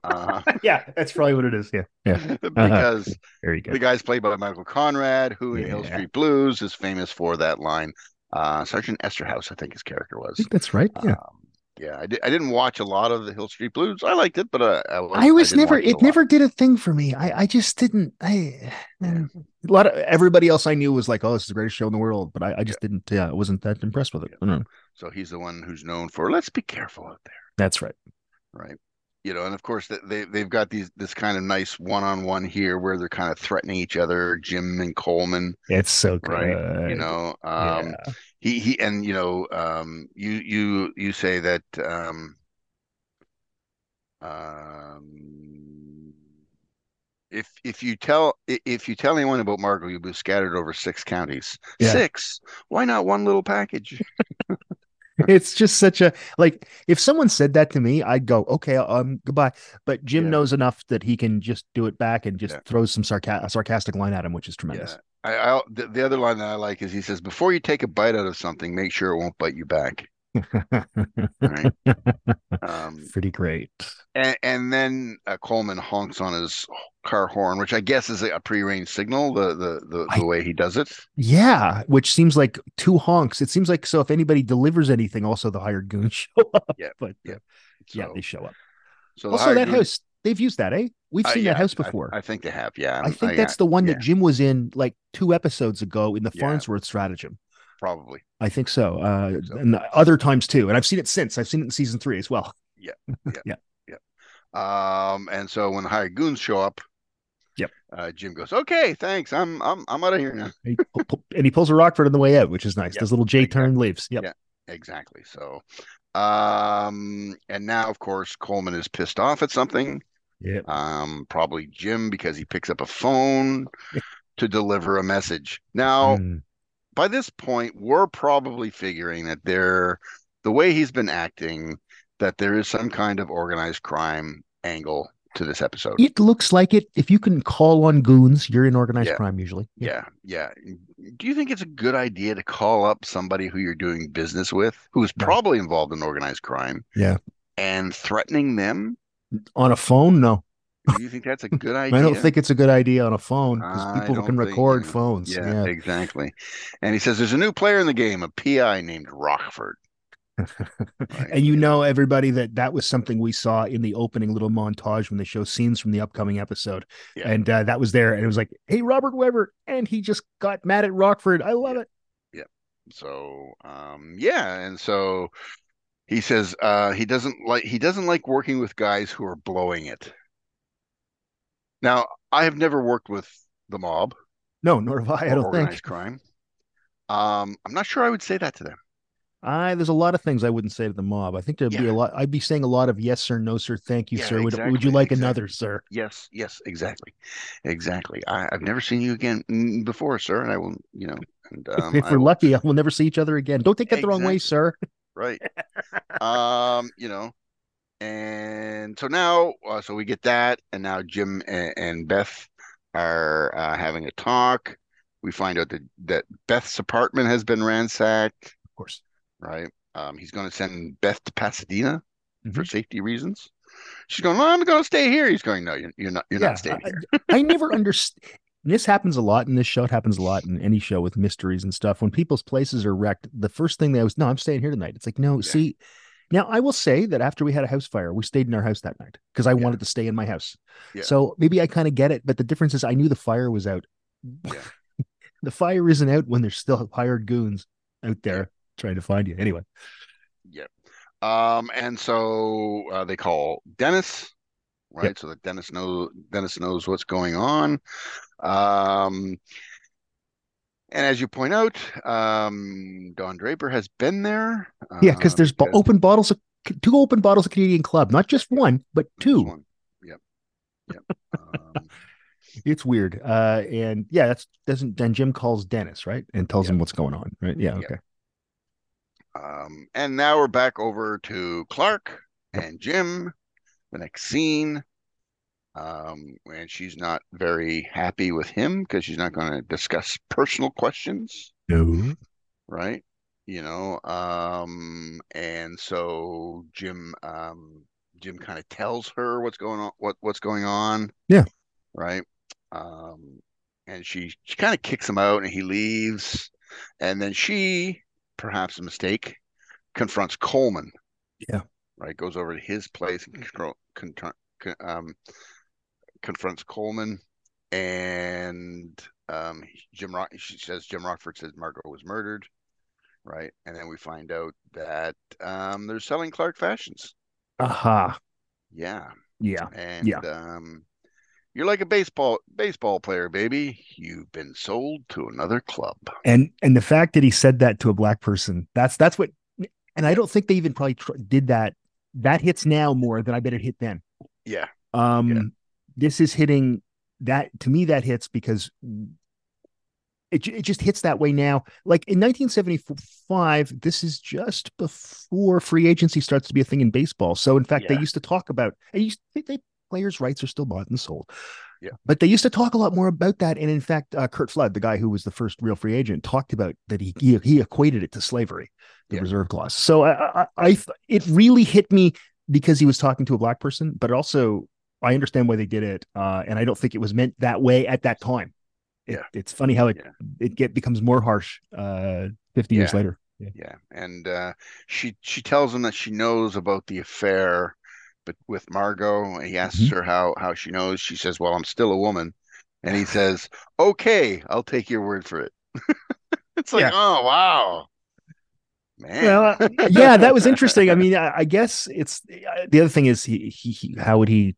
Speaker 3: Uh,
Speaker 4: yeah, that's probably what it is. Yeah. Uh-huh. Yeah.
Speaker 3: because
Speaker 4: Very
Speaker 3: The
Speaker 4: good.
Speaker 3: guy's played by Michael Conrad, who in Hill
Speaker 4: Yeah.
Speaker 3: Street Blues is famous for that line. Uh, Sergeant Esterhouse, I think his character
Speaker 4: I
Speaker 3: was.
Speaker 4: think that's right. Yeah.
Speaker 3: Um, yeah, I, di- I didn't watch a lot of the Hill Street Blues. I liked it, but uh, I, was,
Speaker 4: I was
Speaker 3: didn't
Speaker 4: never
Speaker 3: watch a
Speaker 4: it
Speaker 3: lot.
Speaker 4: never did a thing for me. I I just didn't I a lot of everybody else I knew was like, oh, this is the greatest show in the world, but I, I just didn't yeah, I wasn't that impressed with it. Mm-hmm.
Speaker 3: Yeah.
Speaker 4: I don't know.
Speaker 3: So he's the one who's known for let's be careful out there,
Speaker 4: That's right.
Speaker 3: right? You know, and of course th- they they've got these this kind of nice one on one here where they're kind of threatening each other, Jim and Coleman,
Speaker 4: It's so good.
Speaker 3: right? you know, um,
Speaker 4: Yeah.
Speaker 3: he he and you know um you you you say that um um if if you tell i- if you tell anyone about Margot you'll be scattered over six counties
Speaker 4: Yeah.
Speaker 3: six why not one little package
Speaker 4: it's just such a like if someone said that to me, I'd go, okay, um goodbye. But Jim
Speaker 3: Yeah.
Speaker 4: knows enough that he can just do it back and just
Speaker 3: Yeah.
Speaker 4: throws some sarca- a sarcastic line at him, which is tremendous.
Speaker 3: yeah I I'll, the, the other line that I like is he says before you take a bite out of something make sure it won't bite you back All right um
Speaker 4: Pretty great.
Speaker 3: And, and then uh, Coleman honks on his car horn, which I guess is a prearranged signal. The the the,
Speaker 4: I-
Speaker 3: the way he does it.
Speaker 4: Yeah, which seems like two honks. It seems like so if anybody delivers anything, also the hired goons show up.
Speaker 3: Yeah,
Speaker 4: but
Speaker 3: yeah.
Speaker 4: yeah,
Speaker 3: So-
Speaker 4: they show up.
Speaker 3: so the
Speaker 4: also,
Speaker 3: hired
Speaker 4: that
Speaker 3: goon-
Speaker 4: house they've used that, eh? We've
Speaker 3: uh,
Speaker 4: seen
Speaker 3: yeah,
Speaker 4: that house
Speaker 3: I-
Speaker 4: before.
Speaker 3: I,
Speaker 4: I,
Speaker 3: think they have. Yeah, I'm-
Speaker 4: think that's the one
Speaker 3: yeah.
Speaker 4: that Jim was in like two episodes ago in the
Speaker 3: Yeah.
Speaker 4: Farnsworth stratagem.
Speaker 3: probably.
Speaker 4: I think so. Uh,
Speaker 3: think so.
Speaker 4: and other times too, and I've seen it since. I've seen it in season three as well.
Speaker 3: Um, and so when the hired goons show up,
Speaker 4: Yep.
Speaker 3: Uh, Jim goes, "Okay, thanks. I'm I'm I'm out of here now."
Speaker 4: He pu- pu- and he pulls a Rockford on the way out, which is nice.
Speaker 3: Yeah,
Speaker 4: This little J
Speaker 3: exactly.
Speaker 4: turn leaves. Yep.
Speaker 3: Yeah. Exactly. So, um, and now of course Coleman is pissed off at something.
Speaker 4: Yep.
Speaker 3: Um, probably Jim because he picks up a phone to deliver a message. Now,
Speaker 4: Mm.
Speaker 3: by this point, we're probably figuring that there, the way he's been acting, that there is some kind of organized crime angle to this episode.
Speaker 4: It looks like it. If you can call on goons, you're in organized
Speaker 3: Yeah.
Speaker 4: crime usually.
Speaker 3: Yeah, yeah. Do you think it's a good idea to call up somebody who you're doing business with, who's
Speaker 4: No.
Speaker 3: probably involved in organized crime?
Speaker 4: Yeah.
Speaker 3: And threatening them?
Speaker 4: On a phone, no.
Speaker 3: Do you think that's a good idea?
Speaker 4: I don't think it's a good idea on a phone because
Speaker 3: I
Speaker 4: people
Speaker 3: don't
Speaker 4: can
Speaker 3: think,
Speaker 4: record
Speaker 3: yeah.
Speaker 4: phones.
Speaker 3: Yeah,
Speaker 4: Yeah.
Speaker 3: exactly. And he says there's a new player in the game, a PI named Rockford. Right,
Speaker 4: And you know, everybody, that that was something we saw in the opening little montage when they show scenes from the upcoming episode.
Speaker 3: Yeah.
Speaker 4: And uh, that was there. And it was like, hey, Robert Weber. And he just got mad at Rockford. I love
Speaker 3: Yeah.
Speaker 4: it.
Speaker 3: So, um, yeah, and so he says uh, he doesn't like he doesn't like working with guys who are blowing it. Now, I have never worked with the mob
Speaker 4: No, nor have I, I
Speaker 3: or
Speaker 4: don't
Speaker 3: organized
Speaker 4: think.
Speaker 3: crime. Um, I'm not sure I would say that to them.
Speaker 4: I, there's a lot of things I wouldn't say to the mob. I think there'd be
Speaker 3: Yeah.
Speaker 4: a lot. I'd be saying a lot of yes, sir, no, sir, thank you,
Speaker 3: Yeah,
Speaker 4: sir. Would, would
Speaker 3: exactly,
Speaker 4: you like
Speaker 3: exactly.
Speaker 4: another, sir?
Speaker 3: Yes, yes, exactly, exactly. I, I've never seen you again mm, before, sir, and I will, you know, and um,
Speaker 4: if
Speaker 3: I
Speaker 4: we're
Speaker 3: will-
Speaker 4: lucky, we'll never see each other again. Don't take that the wrong way,
Speaker 3: Exactly.
Speaker 4: sir.
Speaker 3: right? um, you know, and so now, uh, so we get that, and now Jim and, and Beth are uh, having a talk. We find out that that Beth's apartment has been ransacked,
Speaker 4: Of course.
Speaker 3: right? Um, he's going to send Beth to Pasadena
Speaker 4: Mm-hmm.
Speaker 3: for safety reasons. She's going, "Well, I'm going to stay here. He's going, no, you're, you're not, you're
Speaker 4: Yeah,
Speaker 3: not staying
Speaker 4: I-
Speaker 3: here.
Speaker 4: I never understand. This happens a lot in this show. It happens a lot in any show with mysteries and stuff. When people's places are wrecked, the first thing they always, no, I'm staying here tonight. It's like, no,
Speaker 3: Yeah.
Speaker 4: see. Now, I will say that after we had a house fire, we stayed in our house that night because I
Speaker 3: Yeah.
Speaker 4: wanted to stay in my house.
Speaker 3: Yeah.
Speaker 4: So maybe I kind of get it. But the difference is I knew the fire was out.
Speaker 3: Yeah.
Speaker 4: the fire isn't out when there's still hired goons out there trying to find you. Anyway,
Speaker 3: Um, and so uh, they call Dennis,
Speaker 4: Yep.
Speaker 3: right? So that Dennis knows Dennis knows what's going on. Um, and as you point out, um, Don Draper has been there.
Speaker 4: yeah, because
Speaker 3: uh,
Speaker 4: there's bo-
Speaker 3: because
Speaker 4: open bottles of two open bottles of Canadian Club, not just one, but
Speaker 3: there's
Speaker 4: two.
Speaker 3: one. Yep. Yep. Um,
Speaker 4: It's weird. Uh, and yeah, that's doesn't then Jim calls Dennis, right? And tells
Speaker 3: Yeah.
Speaker 4: him what's going on, right? Yeah,
Speaker 3: Yeah.
Speaker 4: okay.
Speaker 3: um, and now we're back over to Clark and Jim. The next scene. Um, and she's not very happy with him because she's not going to discuss personal questions.
Speaker 4: No.
Speaker 3: right? You know, um, and so Jim, um, Jim kind of tells her what's going on, what what's going on.
Speaker 4: Yeah.
Speaker 3: Right. Um, and she she kind of kicks him out, and he leaves, and then she perhaps a mistake, confronts Coleman.
Speaker 4: Yeah.
Speaker 3: Right. Goes over to his place and contro- contr- con- um, confronts Coleman. And um, Jim Rock, she says, Jim Rockford says Margot was murdered. Right. And then we find out that um, they're selling Clark fashions.
Speaker 4: Aha.
Speaker 3: Yeah.
Speaker 4: Yeah.
Speaker 3: And
Speaker 4: Yeah.
Speaker 3: um, you're like a baseball baseball player, baby. You've been sold to another club.
Speaker 4: And and the fact that he said that to a black person, that's that's what and I don't think they even probably tr- did that. That hits now more than I bet it hit then.
Speaker 3: Yeah.
Speaker 4: Um
Speaker 3: Yeah.
Speaker 4: this is hitting that to me that hits because it, ju- it just hits that way now. Like in 1975, this is just before free agency starts to be a thing in baseball. So in fact, they
Speaker 3: Yeah.
Speaker 4: used to talk about and you they, they players' rights are still bought and sold.
Speaker 3: Yeah.
Speaker 4: But they used to talk a lot more about that. And in fact, uh, Kurt Flood, the guy who was the first real free agent, talked about that he he, he equated it to slavery, the
Speaker 3: Yeah.
Speaker 4: reserve clause. So I, I, I th- it really hit me because he was talking to a black person, but also I understand why they did it, uh, and I don't think it was meant that way at that time. It,
Speaker 3: Yeah.
Speaker 4: It's funny how it
Speaker 3: Yeah.
Speaker 4: it get becomes more harsh uh, fifty years
Speaker 3: Yeah.
Speaker 4: later.
Speaker 3: Yeah, and uh, she she tells him that she knows about the affair, but with Margot, and he asks
Speaker 4: Mhm.
Speaker 3: her how how she knows. She says, "Well, I'm still a woman," and he says, "Okay, I'll take your word for it." It's like,
Speaker 4: Yeah.
Speaker 3: oh wow, man.
Speaker 4: Well, uh, yeah, that was interesting. I mean, I, I guess it's uh, the other thing is he, he, he how would he,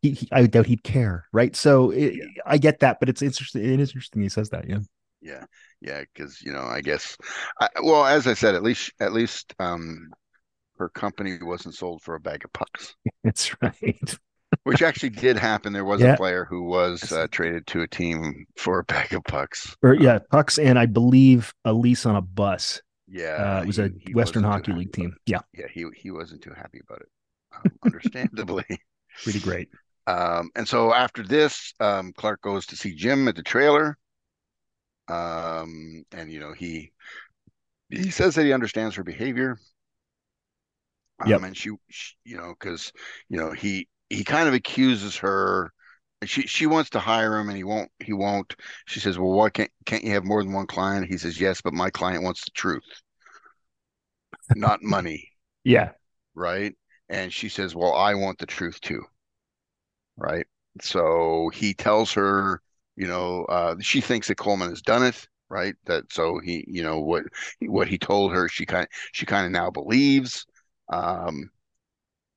Speaker 4: he, he- I doubt he'd care, right? So it, I get that, but it's interesting. It is interesting he says that. Yeah,
Speaker 3: Yeah, yeah, because you know, I guess, I, well, as I said, at least at least um, her company wasn't sold for a bag of pucks,
Speaker 4: that's right.
Speaker 3: which actually did happen. There was
Speaker 4: Yeah.
Speaker 3: a player who was uh, traded to a team for a bag of pucks. Uh,
Speaker 4: Or yeah, pucks and I believe a lease on a bus.
Speaker 3: Yeah,
Speaker 4: Uh, it was
Speaker 3: he-
Speaker 4: a
Speaker 3: he
Speaker 4: Western
Speaker 3: wasn't too
Speaker 4: Hockey
Speaker 3: happy
Speaker 4: League
Speaker 3: about
Speaker 4: team. Yeah,
Speaker 3: it. Yeah, he he wasn't too happy about it, um, understandably.
Speaker 4: pretty great.
Speaker 3: Um, and so after this, um, Clark goes to see Jim at the trailer. Um, and you know, he he says that he understands her behavior. Um,
Speaker 4: Yep.
Speaker 3: and she, she you know, because you know, he he kind of accuses her. She she wants to hire him and he won't he won't. She says, Well, why can't can't you have more than one client? He says, Yes, but my client wants the truth, not money
Speaker 4: Yeah,
Speaker 3: right? And she says, Well, I want the truth too, right? So he tells her, you know, uh, she thinks that Coleman has done it, right? That so he, you know, what what he told her, she kind she kind of now believes, um,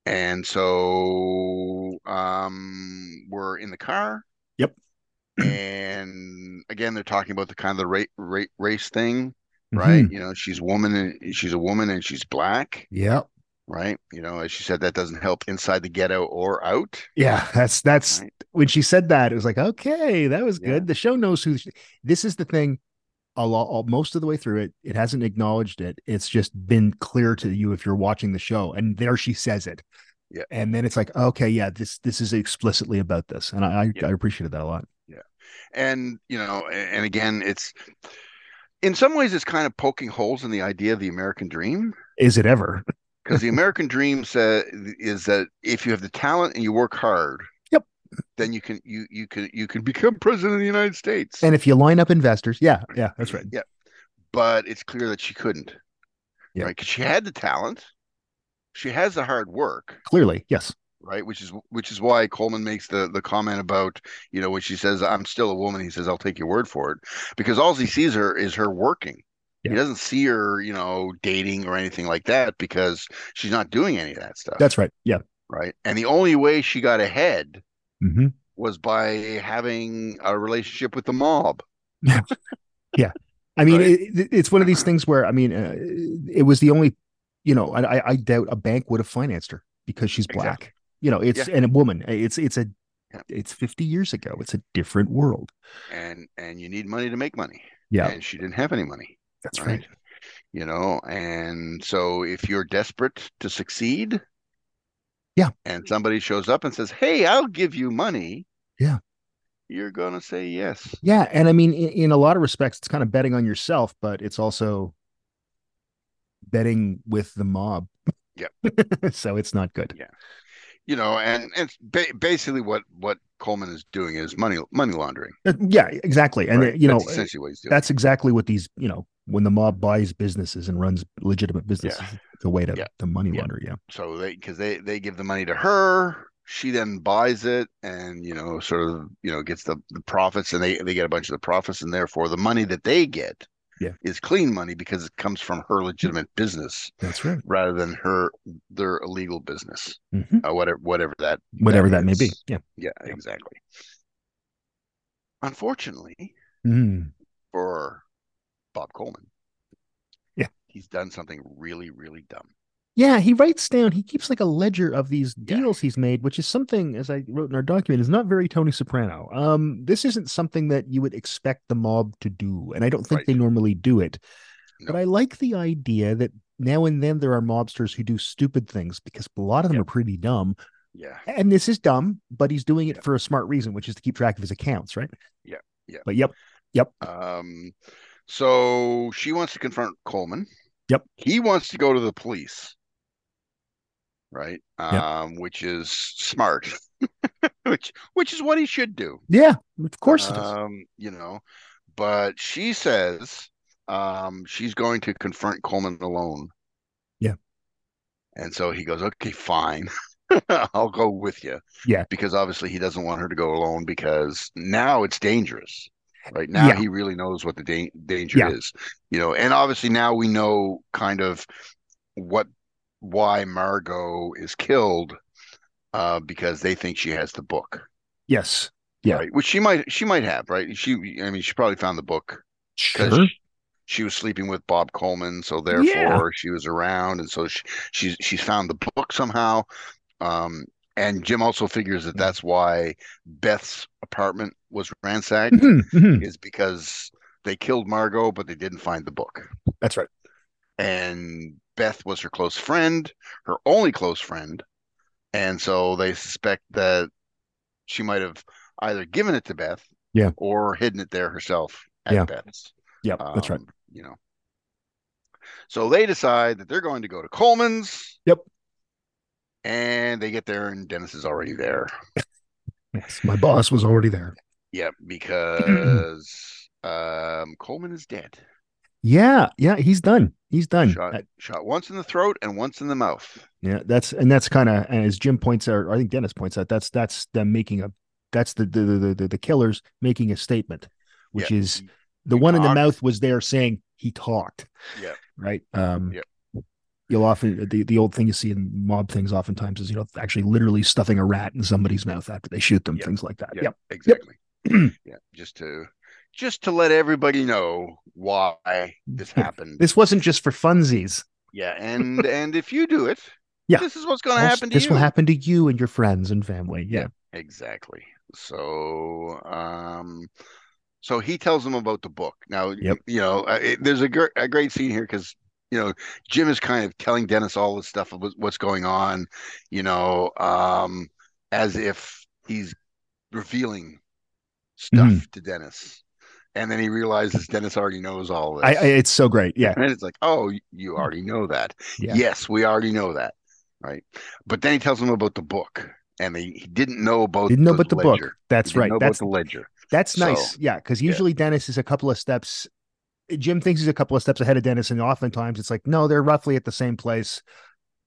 Speaker 3: and so um, we're in the car.
Speaker 4: Yep.
Speaker 3: And again, they're talking about the kind of the ra- ra- race thing, right?
Speaker 4: Mhm.
Speaker 3: You know, she's woman and she's a woman and she's black
Speaker 4: Yeah,
Speaker 3: right? You know, as she said, that doesn't help inside the ghetto or out.
Speaker 4: yeah. That's that's
Speaker 3: Right?
Speaker 4: when she said that, it was like, okay, that was
Speaker 3: Yeah.
Speaker 4: good. The show knows who. She, this is the thing. A lot, all, most of the way through it, it hasn't acknowledged it. It's just been clear to you if you're watching the show, and there she says it.
Speaker 3: Yeah.
Speaker 4: And then it's like, okay, yeah, this this is explicitly about this, and I I,
Speaker 3: Yeah.
Speaker 4: I appreciated that a lot.
Speaker 3: And you know, a- and again, it's in some ways it's kind of poking holes in the idea of the American dream
Speaker 4: Is it ever?
Speaker 3: because the American dream sa is that if you have the talent and you work hard,
Speaker 4: Yep.
Speaker 3: then you can you you can you can become president of the United States.
Speaker 4: And if you line up investors, yeah, yeah, that's right.
Speaker 3: Yeah. But it's clear that she couldn't,
Speaker 4: Yeah.
Speaker 3: right? Because she had the talent, she has the hard work,
Speaker 4: Clearly, yes.
Speaker 3: right? Which is which is why Coleman makes the the comment about, you know, when she says, "I'm still a woman," he says, "I'll take your word for it," because all he sees her is her working.
Speaker 4: Yeah.
Speaker 3: He doesn't see her, you know, dating or anything like that because she's not doing any of that stuff,
Speaker 4: That's right. Yeah.
Speaker 3: right? And the only way she got ahead
Speaker 4: hmm
Speaker 3: was by having a relationship with the mob.
Speaker 4: I mean,
Speaker 3: Right.
Speaker 4: it, it's one of these things where I mean, uh, it was the only, you know, I, I- I doubt a bank would have financed her because she's black.
Speaker 3: Exactly.
Speaker 4: You know, it's and a woman. uh, It's it's a,
Speaker 3: Yeah.
Speaker 4: it's fifty years ago. It's a different world.
Speaker 3: And and you need money to make money.
Speaker 4: Yeah,
Speaker 3: And she didn't have any money,
Speaker 4: that's
Speaker 3: right. you know, and so if you're desperate to succeed,
Speaker 4: Yeah.
Speaker 3: and somebody shows up and says, "Hey, I'll give you money,"
Speaker 4: Yeah.
Speaker 3: you're gonna say yes.
Speaker 4: Yeah, and I mean, in, in a lot of respects, it's kind of betting on yourself, but it's also betting with the mob.
Speaker 3: Yep.
Speaker 4: so it's not good.
Speaker 3: Yeah. you know, and it's ba- basically what what Coleman is doing is money money laundering.
Speaker 4: Uh, yeah, exactly. And
Speaker 3: right?
Speaker 4: uh, you know,
Speaker 3: That's essentially what he's doing.
Speaker 4: that's exactly what these you know when the mob buys businesses and runs legitimate businesses, the way to
Speaker 3: Yeah.
Speaker 4: to money
Speaker 3: Yeah.
Speaker 4: launder. Yeah,
Speaker 3: so they because they they give the money to her she then buys it and you know sort of you know gets the, the profits and they they get a bunch of the profits and therefore the money that they get
Speaker 4: Yeah.
Speaker 3: is clean money because it comes from her legitimate business
Speaker 4: that's right.
Speaker 3: rather than her their illegal business
Speaker 4: Mhm.
Speaker 3: uh, whatever whatever that
Speaker 4: Whatever that may be.
Speaker 3: is.
Speaker 4: Yeah.
Speaker 3: yeah exactly unfortunately
Speaker 4: Mm.
Speaker 3: for bob coleman
Speaker 4: Yeah.
Speaker 3: he's done something really really dumb
Speaker 4: Yeah, he writes down, he keeps like a ledger of these
Speaker 3: Yeah.
Speaker 4: deals he's made, which is something, as I wrote in our document, is not very Tony Soprano. Um, this isn't something that you would expect the mob to do, and I don't think
Speaker 3: Right.
Speaker 4: they normally do it. But
Speaker 3: No.
Speaker 4: I like the idea that now and then there are mobsters who do stupid things because a lot of them
Speaker 3: Yeah.
Speaker 4: are pretty dumb.
Speaker 3: yeah
Speaker 4: And this is dumb, but he's doing it
Speaker 3: Yeah.
Speaker 4: for a smart reason, which is to keep track of his accounts, right?
Speaker 3: Yeah, yeah.
Speaker 4: But yep, yep.
Speaker 3: Um, so she wants to confront Coleman.
Speaker 4: Yep.
Speaker 3: He wants to go to the police. Right.
Speaker 4: Yep.
Speaker 3: Um, which is smart. which which is what he should do.
Speaker 4: Yeah, of course it is.
Speaker 3: Um, you know, but she says um she's going to confront Coleman alone.
Speaker 4: Yeah.
Speaker 3: And so he goes, Okay, fine. I'll go with you.
Speaker 4: Yeah.
Speaker 3: Because obviously he doesn't want her to go alone because now it's dangerous. Right now
Speaker 4: Yeah.
Speaker 3: he really knows what the da- danger
Speaker 4: Yeah.
Speaker 3: is. You know, and obviously now we know kind of what why Margot is killed uh because they think she has the book
Speaker 4: Yes, Yeah.
Speaker 3: right? Which she might she might have, right? She I mean she probably found the book
Speaker 4: sure.
Speaker 3: 'cause she, she was sleeping with Bob Coleman, so therefore she was around, and so she, she's she's found the book somehow. Um, and Jim also figures that that's why Beth's apartment was ransacked
Speaker 4: Mhm, mhm.
Speaker 3: is because they killed Margot, but they didn't find the book.
Speaker 4: That's right.
Speaker 3: And Beth was her close friend, her only close friend, and so they suspect that she might have either given it to Beth,
Speaker 4: Yeah.
Speaker 3: or hidden it there herself at
Speaker 4: Yeah.
Speaker 3: Beth's.
Speaker 4: Yep, that's right.
Speaker 3: Um, You know. So they decide that they're going to go to Coleman's.
Speaker 4: Yep.
Speaker 3: And they get there, and Dennis is already there.
Speaker 4: Yes, my boss was already there.
Speaker 3: Yep, because um, Coleman is dead.
Speaker 4: Yeah, yeah, he's done. He's done.
Speaker 3: Shot,
Speaker 4: Uh,
Speaker 3: shot once in the throat and once in the mouth.
Speaker 4: yeah, that's and that's kind of as Jim points out, or I think Dennis points out. That's that's them making a that's the the the the, the killers making a statement, which
Speaker 3: Yeah,
Speaker 4: is
Speaker 3: you-
Speaker 4: the
Speaker 3: you
Speaker 4: one in the
Speaker 3: talked.
Speaker 4: mouth was there saying he talked.
Speaker 3: Yeah.
Speaker 4: Right. Um.
Speaker 3: Yep.
Speaker 4: You'll often the, the old thing you see in mob things oftentimes is you know actually literally stuffing a rat in somebody's mouth after they shoot them
Speaker 3: Yep.
Speaker 4: things like that.
Speaker 3: Yeah,
Speaker 4: Yep.
Speaker 3: exactly. yeah, just to just to let everybody know why this happened.
Speaker 4: This wasn't just for funsies.
Speaker 3: Yeah, and and if you do it,
Speaker 4: Yeah.
Speaker 3: this is what's going to
Speaker 4: Also,
Speaker 3: happen to
Speaker 4: this
Speaker 3: you.
Speaker 4: will happen to you and your friends and family. Yeah.
Speaker 3: Exactly. So, um, so he tells them about the book. Now, y-
Speaker 4: Yep.
Speaker 3: you know, uh, it, there's a, gr- a great scene here because you know Jim is kind of telling Dennis all this stuff about what's going on, you know, um, as if he's revealing stuff
Speaker 4: Mm-hmm.
Speaker 3: to Dennis, and then he realizes Dennis already knows all
Speaker 4: I,
Speaker 3: this.
Speaker 4: I it's so great. Yeah.
Speaker 3: And it's like, oh, y- you already know that.
Speaker 4: Yeah.
Speaker 3: Yes, we already know that. Right. But then he tells them about the book, and they, he didn't know about
Speaker 4: Didn't know
Speaker 3: the
Speaker 4: about the book.
Speaker 3: ledger. He
Speaker 4: That's
Speaker 3: didn't
Speaker 4: right.
Speaker 3: know
Speaker 4: That's
Speaker 3: about the ledger.
Speaker 4: That's
Speaker 3: So-
Speaker 4: nice. Yeah. Cause
Speaker 3: yeah.
Speaker 4: usually Dennis is a couple of steps. Jim thinks he's a couple of steps ahead of Dennis. And oftentimes it's like, no, they're roughly at the same place.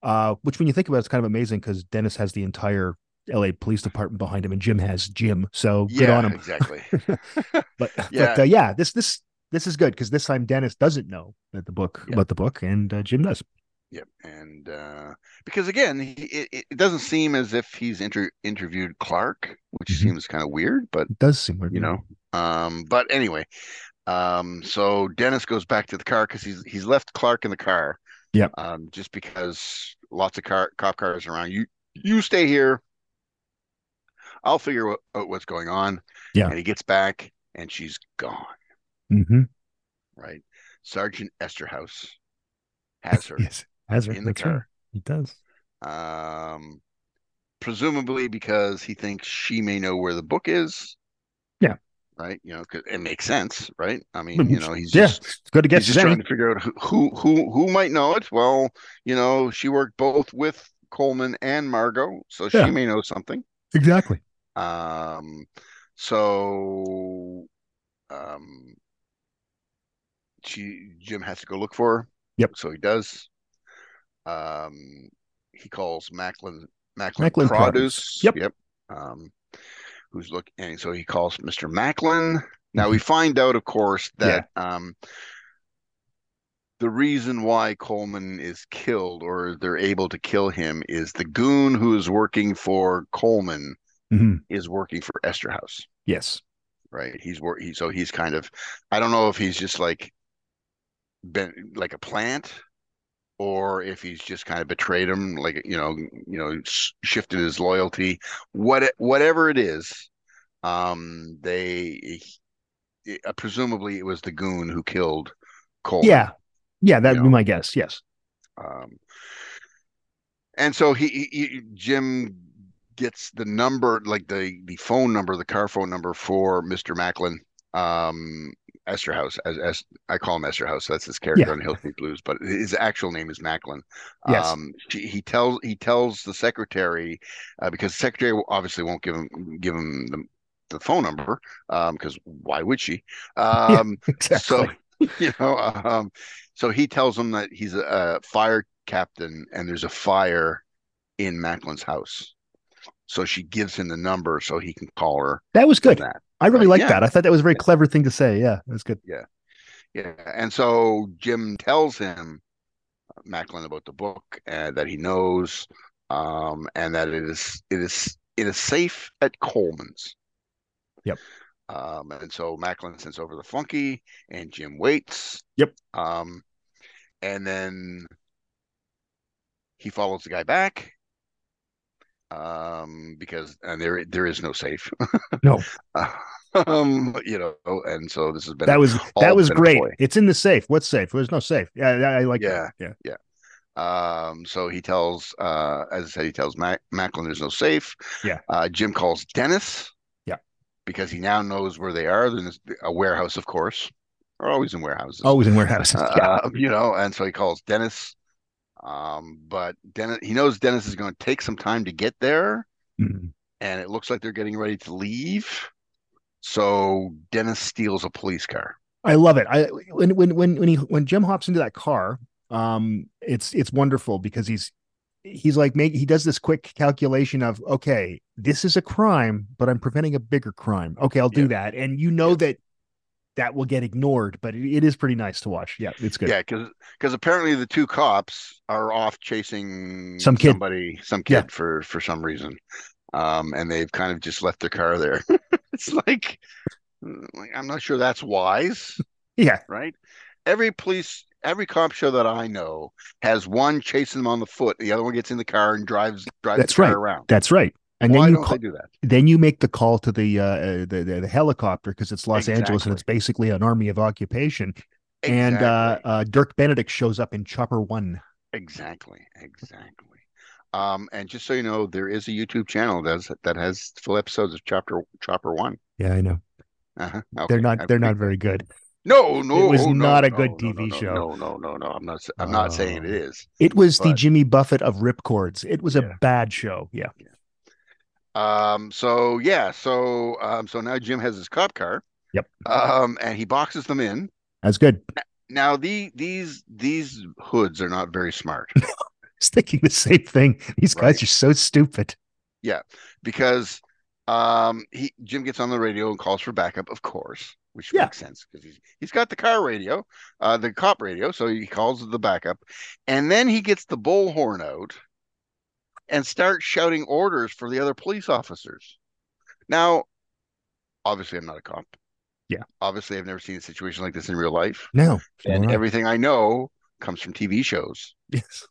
Speaker 4: Uh, which when you think about it, it's kind of amazing because Dennis has the entire LA police department behind him and Jim has Jim. So good
Speaker 3: yeah,
Speaker 4: on him.
Speaker 3: exactly.
Speaker 4: But
Speaker 3: Yeah.
Speaker 4: but uh, yeah, this this this is good because this time Dennis doesn't know that the book
Speaker 3: Yeah.
Speaker 4: about the book and uh, Jim does.
Speaker 3: Yep. And uh, because again, he, it, it doesn't seem as if he's inter- interviewed Clark, which
Speaker 4: Mhm.
Speaker 3: seems kind of weird, but
Speaker 4: It does seem weird.
Speaker 3: you know. Um, but anyway, um, so Dennis goes back to the car because he's he's left Clark in the car.
Speaker 4: Yep.
Speaker 3: Um, just because lots of car cop cars around. You you stay here. I'll figure wha- out what's going on.
Speaker 4: Yeah.
Speaker 3: And he gets back, and she's gone.
Speaker 4: Mhm.
Speaker 3: Right. Sergeant Esterhouse has her.
Speaker 4: Yes. Has her.
Speaker 3: In the
Speaker 4: That's right.
Speaker 3: car.
Speaker 4: He does.
Speaker 3: um, presumably because he thinks she may know where the book is.
Speaker 4: Yeah.
Speaker 3: Right. You know, 'cause it makes sense, right? I mean,
Speaker 4: Mhm.
Speaker 3: you know, he's
Speaker 4: Yeah.
Speaker 3: just
Speaker 4: It's good to
Speaker 3: he's
Speaker 4: guess.
Speaker 3: just trying to figure out who who who, who might know it. Well, you know, she worked both with Coleman and Margot, so
Speaker 4: Yeah.
Speaker 3: she may know something.
Speaker 4: Exactly.
Speaker 3: Um, so um, she Jim has to go look for her.
Speaker 4: Yep.
Speaker 3: So he does. Um, he calls Macklin Macklin,
Speaker 4: Macklin
Speaker 3: Produce.
Speaker 4: Produce. Yep.
Speaker 3: Yep. Um, who's look and so he calls Mr. Macklin. Now we find out, of course,
Speaker 4: Mm-hmm. Yeah.
Speaker 3: that um the reason why Coleman is killed or they're able to kill him is the goon who is working for Coleman
Speaker 4: hmm
Speaker 3: is working for Esterhaus,
Speaker 4: Yes.
Speaker 3: right? He's work he, so he's kind of I don't know if he's just like been like a plant or if he's just kind of betrayed him like you know you know sh- shifted his loyalty what it- whatever it is um they he- uh, presumably it was the goon who killed Cole
Speaker 4: Yeah. Yeah, that'd
Speaker 3: Yeah.
Speaker 4: be my guess. Yes.
Speaker 3: um, and so he, he, he- Jim gets the number, like the the phone number, the car phone number for Mister Macklin, um, Esterhaus. As, as I call him Esterhaus, that's his character
Speaker 4: Yeah.
Speaker 3: on Hill Street Blues, but his actual name is Macklin.
Speaker 4: Yes.
Speaker 3: Um, she, he tells he tells the secretary uh, because the secretary obviously won't give him give him the the phone number because why would she? Um,
Speaker 4: Exactly.
Speaker 3: so you know, um, so he tells him that he's a, a fire captain and there's a fire in Macklin's house. So she gives him the number so he can call her.
Speaker 4: that was
Speaker 3: for
Speaker 4: good.
Speaker 3: That.
Speaker 4: I really
Speaker 3: Right,
Speaker 4: liked
Speaker 3: yeah.
Speaker 4: that. I thought that was a very clever thing to say. Yeah, that's good.
Speaker 3: Yeah. And so Jim tells him Macklin about the book and that he knows, um, and that it is it is it is safe at Coleman's.
Speaker 4: Yep.
Speaker 3: Um, and so Macklin sends over the funky, and Jim waits.
Speaker 4: Yep.
Speaker 3: Um, and then he follows the guy back. Um, because and there there is no safe.
Speaker 4: No.
Speaker 3: um, you know, and so this has been
Speaker 4: That was that
Speaker 3: all
Speaker 4: was
Speaker 3: been a
Speaker 4: great.
Speaker 3: ploy.
Speaker 4: It's in the safe. What's safe? There's no safe. Yeah, I, I like that. Yeah.
Speaker 3: Um, so he tells, uh, as I said, he tells Mac- Macklin there's no safe.
Speaker 4: Yeah.
Speaker 3: Uh, Jim calls Dennis.
Speaker 4: Yeah.
Speaker 3: Because he now knows where they are. They're in this- a warehouse, of course. They're always in warehouses.
Speaker 4: Always in warehouses. Oh, yeah.
Speaker 3: Uh, you know, and so he calls Dennis. Um, but Dennis, he knows Dennis is going to take some time to get there,
Speaker 4: Mhm.
Speaker 3: and it looks like they're getting ready to leave. So Dennis steals a police car.
Speaker 4: I love it. I when when when when he when Jim hops into that car, um, it's it's wonderful because he's he's like make he does this quick calculation of okay, this is a crime, but I'm preventing a bigger crime. Okay, I'll do
Speaker 3: Yeah.
Speaker 4: that, and you know
Speaker 3: Yeah.
Speaker 4: that that will get ignored, but it, it is pretty nice to watch. Yeah, it's good.
Speaker 3: Yeah, because apparently the two cops are off chasing
Speaker 4: Some kid.
Speaker 3: somebody, some kid
Speaker 4: Yeah.
Speaker 3: for for some reason, um, and they've kind of just left their car there. it's like, like, I'm not sure that's wise,
Speaker 4: Yeah,
Speaker 3: right? Every police, every cop show that I know has one chasing them on the foot, the other one gets in the car and drives drives
Speaker 4: That's
Speaker 3: the car
Speaker 4: right.
Speaker 3: around.
Speaker 4: that's right. And
Speaker 3: Why
Speaker 4: then you
Speaker 3: don't
Speaker 4: ca-
Speaker 3: they do that?
Speaker 4: then you make the call to the uh, uh the, the, the helicopter because it's Los Angeles
Speaker 3: Exactly.
Speaker 4: and it's basically an army of occupation. And uh,
Speaker 3: Exactly.
Speaker 4: uh, Dirk Benedict shows up in Chopper One.
Speaker 3: Exactly, exactly. Um, and just so you know, there is a YouTube channel that has, that has full episodes of Chopper Chopper One.
Speaker 4: Yeah, I know
Speaker 3: Uh-huh.
Speaker 4: they're
Speaker 3: okay,
Speaker 4: not
Speaker 3: I
Speaker 4: they're not
Speaker 3: think-
Speaker 4: very good.
Speaker 3: No, no,
Speaker 4: was
Speaker 3: no,
Speaker 4: not a
Speaker 3: no,
Speaker 4: good
Speaker 3: no,
Speaker 4: TV
Speaker 3: no, no,
Speaker 4: show.
Speaker 3: No, no, no, no. I'm not. s- I'm not saying it
Speaker 4: Oh.
Speaker 3: is.
Speaker 4: It was the
Speaker 3: But-
Speaker 4: Jimmy Buffett of ripcords. It was
Speaker 3: Yeah.
Speaker 4: a bad show. Yeah,
Speaker 3: Um. So yeah. So um. So now Jim has his cop car.
Speaker 4: Yep.
Speaker 3: Um. And he boxes them in.
Speaker 4: that's good. I
Speaker 3: Now the these these hoods are not very smart
Speaker 4: was thinking the same thing. These
Speaker 3: Right.
Speaker 4: guys are so stupid.
Speaker 3: because um he Jim gets on the radio and calls for backup, of course, which
Speaker 4: Yeah.
Speaker 3: makes sense because he's he's got the car radio, uh, the cop radio, so he calls the backup, and then he gets the bullhorn out and starts shouting orders for the other police officers. Now, obviously, I'm not a cop.
Speaker 4: Yeah.
Speaker 3: Obviously, I've never seen a situation like this in real life,
Speaker 4: No,
Speaker 3: and
Speaker 4: Nor I.
Speaker 3: everything I know comes from TV shows.
Speaker 4: yes,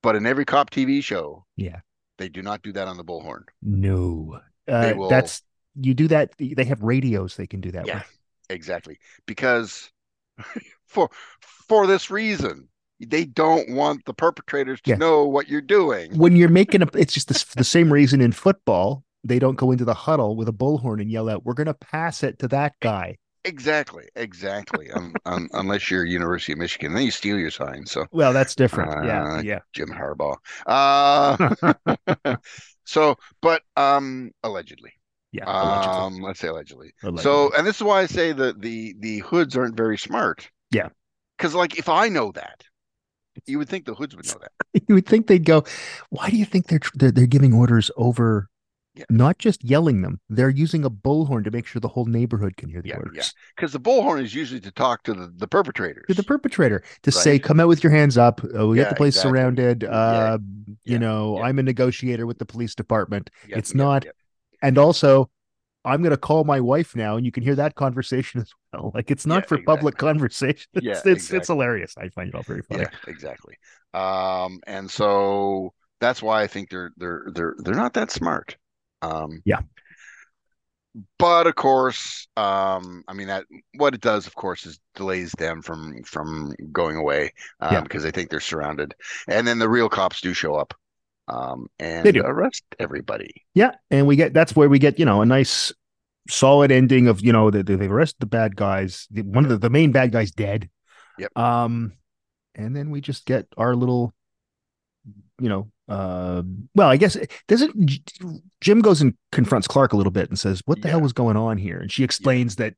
Speaker 3: But in every cop TV show,
Speaker 4: Yeah.
Speaker 3: they do not do that on the bullhorn.
Speaker 4: no. Uh,
Speaker 3: will-
Speaker 4: That's you do that. They have radios. They can do that
Speaker 3: Yeah,
Speaker 4: with.
Speaker 3: exactly. Because for for this reason, they don't want the perpetrators to
Speaker 4: Yeah.
Speaker 3: know what you're doing.
Speaker 4: when you're making a it's just the, s- the same reason in football they don't go into the huddle with a bullhorn and yell out we're going to pass it to that guy
Speaker 3: Exactly, exactly. um, um, unless you're University of Michigan, then you steal your sign. So
Speaker 4: Well, that's different.
Speaker 3: Uh,
Speaker 4: yeah, yeah.
Speaker 3: Jim Harbaugh. Uh, so, but um, allegedly,
Speaker 4: Yeah. allegedly.
Speaker 3: um, let's say allegedly. So,
Speaker 4: Allegedly.
Speaker 3: and this is why I say that the the hoods aren't very smart.
Speaker 4: Yeah.
Speaker 3: because like if I know that, you would think the hoods would know that.
Speaker 4: you would think they'd go, why do you think they're tr- they're, they're giving orders over
Speaker 3: Yeah.
Speaker 4: not just yelling them? They're using a bullhorn to make sure the whole neighborhood can hear the
Speaker 3: Yeah, yeah.
Speaker 4: orders.
Speaker 3: Because the bullhorn is usually to talk to the, the perpetrators.
Speaker 4: To the perpetrator to say,
Speaker 3: Right.
Speaker 4: "Come out with your hands up. Uh, we got
Speaker 3: Yeah,
Speaker 4: the place
Speaker 3: exactly.
Speaker 4: surrounded.
Speaker 3: Yeah,
Speaker 4: Uh,
Speaker 3: yeah,
Speaker 4: you know,
Speaker 3: yeah.
Speaker 4: I'm a negotiator with the police department,
Speaker 3: Yeah,
Speaker 4: it's
Speaker 3: yeah,
Speaker 4: not-
Speaker 3: yeah.
Speaker 4: and also." I'm going to call my wife now, and you can hear that conversation as well. Like it's not
Speaker 3: Yeah,
Speaker 4: for public
Speaker 3: exactly.
Speaker 4: conversation. It's,
Speaker 3: Yeah,
Speaker 4: it's, it's
Speaker 3: exactly.
Speaker 4: hilarious. I find it all very funny.
Speaker 3: Yeah, exactly. Um, and so that's why I think they're they're they're they're not that smart. Um,
Speaker 4: Yeah.
Speaker 3: But of course, um, I mean that what it does, of course, is delays them from from going away um,
Speaker 4: Yeah.
Speaker 3: because they think they're surrounded, and then the real cops do show up um, and
Speaker 4: do.
Speaker 3: arrest everybody.
Speaker 4: Yeah, and we get that's where we get you know a nice solid ending of you know they they- they've arrested the bad guys. The, one of the, the main bad guys dead.
Speaker 3: Yep.
Speaker 4: Um, and then we just get our little, you know, uh, well, I guess doesn't J- Jim goes and confronts Clark a little bit and says, "What the hell
Speaker 3: Yeah.
Speaker 4: was going on here?" And she explains that.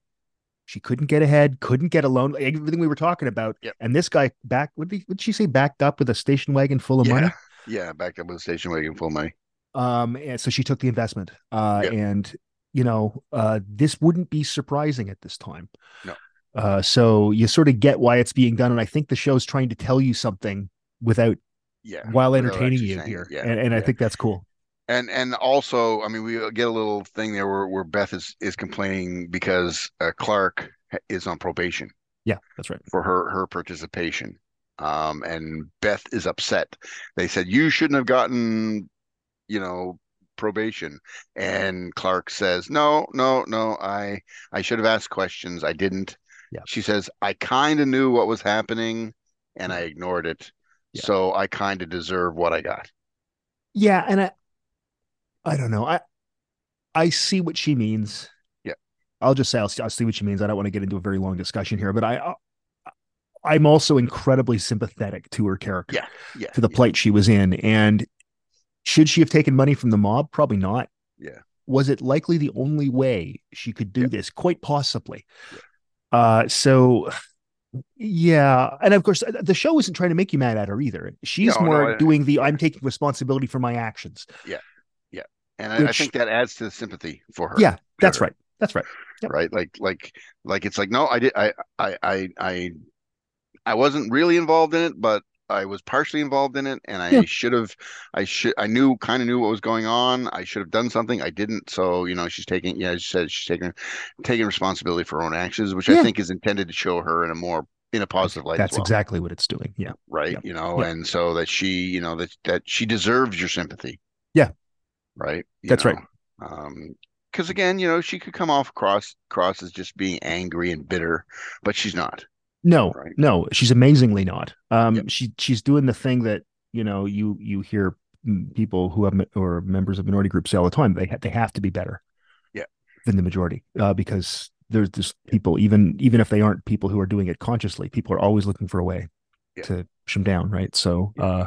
Speaker 4: She couldn't get ahead, couldn't get alone. like Everything we were talking about,
Speaker 3: Yep.
Speaker 4: and this guy back. What did, he, what did she say? Backed up with a station wagon full of
Speaker 3: yeah,
Speaker 4: money.
Speaker 3: yeah. Back up with the station wagon full of money.
Speaker 4: um and so she took the investment uh
Speaker 3: Yeah.
Speaker 4: and you know uh this wouldn't be surprising at this time
Speaker 3: No.
Speaker 4: uh so you sort of get why it's being done and i think the show's trying to tell you something without
Speaker 3: Yeah,
Speaker 4: while
Speaker 3: without
Speaker 4: entertaining
Speaker 3: actually
Speaker 4: you
Speaker 3: saying it.
Speaker 4: here
Speaker 3: Yeah,
Speaker 4: and, and i
Speaker 3: yeah.
Speaker 4: think that's cool
Speaker 3: And and also, I mean, we uh, get a little thing there where, where Beth is is complaining because uh, Clark is on probation
Speaker 4: yeah that's right
Speaker 3: for her her participation. Um, and Beth is upset. They said you shouldn't have gotten, you know, probation. And Clark says, "No, no, no. I I should have asked questions. I didn't."
Speaker 4: Yeah.
Speaker 3: She says, "I kind of knew what was happening, and I ignored it.
Speaker 4: Mm-hmm. Yeah.
Speaker 3: So I kind of deserve what I got."
Speaker 4: yeah and i i don't know i i see what she means
Speaker 3: Yeah.
Speaker 4: i'll just say i'll see, I'll see what she means i don't want to get into a very long discussion here but i, I i'm also incredibly sympathetic to her character
Speaker 3: Yeah, yeah,
Speaker 4: to the
Speaker 3: yeah.
Speaker 4: plight she was in. And should she have taken money from the mob? Probably not.
Speaker 3: Yeah.
Speaker 4: Was it likely the only way she could do
Speaker 3: Yeah.
Speaker 4: this? Quite possibly. Uh, so, yeah. And of course, the show isn't trying to make you mad at her either. She's
Speaker 3: No, no,
Speaker 4: more
Speaker 3: I-
Speaker 4: doing the
Speaker 3: yeah.
Speaker 4: I'm taking responsibility for my actions.
Speaker 3: And I, I
Speaker 4: Which-
Speaker 3: think that adds to the sympathy for her.
Speaker 4: Yeah, that's
Speaker 3: Sure.
Speaker 4: right. That's right. Yep.
Speaker 3: Right. Like like like it's like, no, I did I I I I I wasn't really involved in it, but I was partially involved in it and I
Speaker 4: Yeah.
Speaker 3: should have I should I knew kind of knew what was going on. I should have done something. I didn't. So, you know, she's taking yeah, she said she's taking taking responsibility for her own actions, which
Speaker 4: Yeah.
Speaker 3: I think is intended to show her in a more in a positive light
Speaker 4: That's
Speaker 3: as well.
Speaker 4: exactly what it's doing. Yeah.
Speaker 3: right
Speaker 4: Yeah.
Speaker 3: you know
Speaker 4: Yeah.
Speaker 3: and so that she you know that that she deserves your sympathy
Speaker 4: Yeah.
Speaker 3: right You
Speaker 4: That's right.
Speaker 3: know, um because again you know she could come off cross cross as just being angry and bitter but she's not
Speaker 4: No,
Speaker 3: Right.
Speaker 4: no, she's amazingly not. Um,
Speaker 3: Yep.
Speaker 4: she she's doing the thing that you know you you hear mm, people who have mi- or members of minority groups say all the time. They ha- they have to be better,
Speaker 3: Yeah.
Speaker 4: than the majority uh, because there's just people even even if they aren't people who are doing it consciously, people are always looking for a way
Speaker 3: Yeah.
Speaker 4: to push them down, right? So, uh,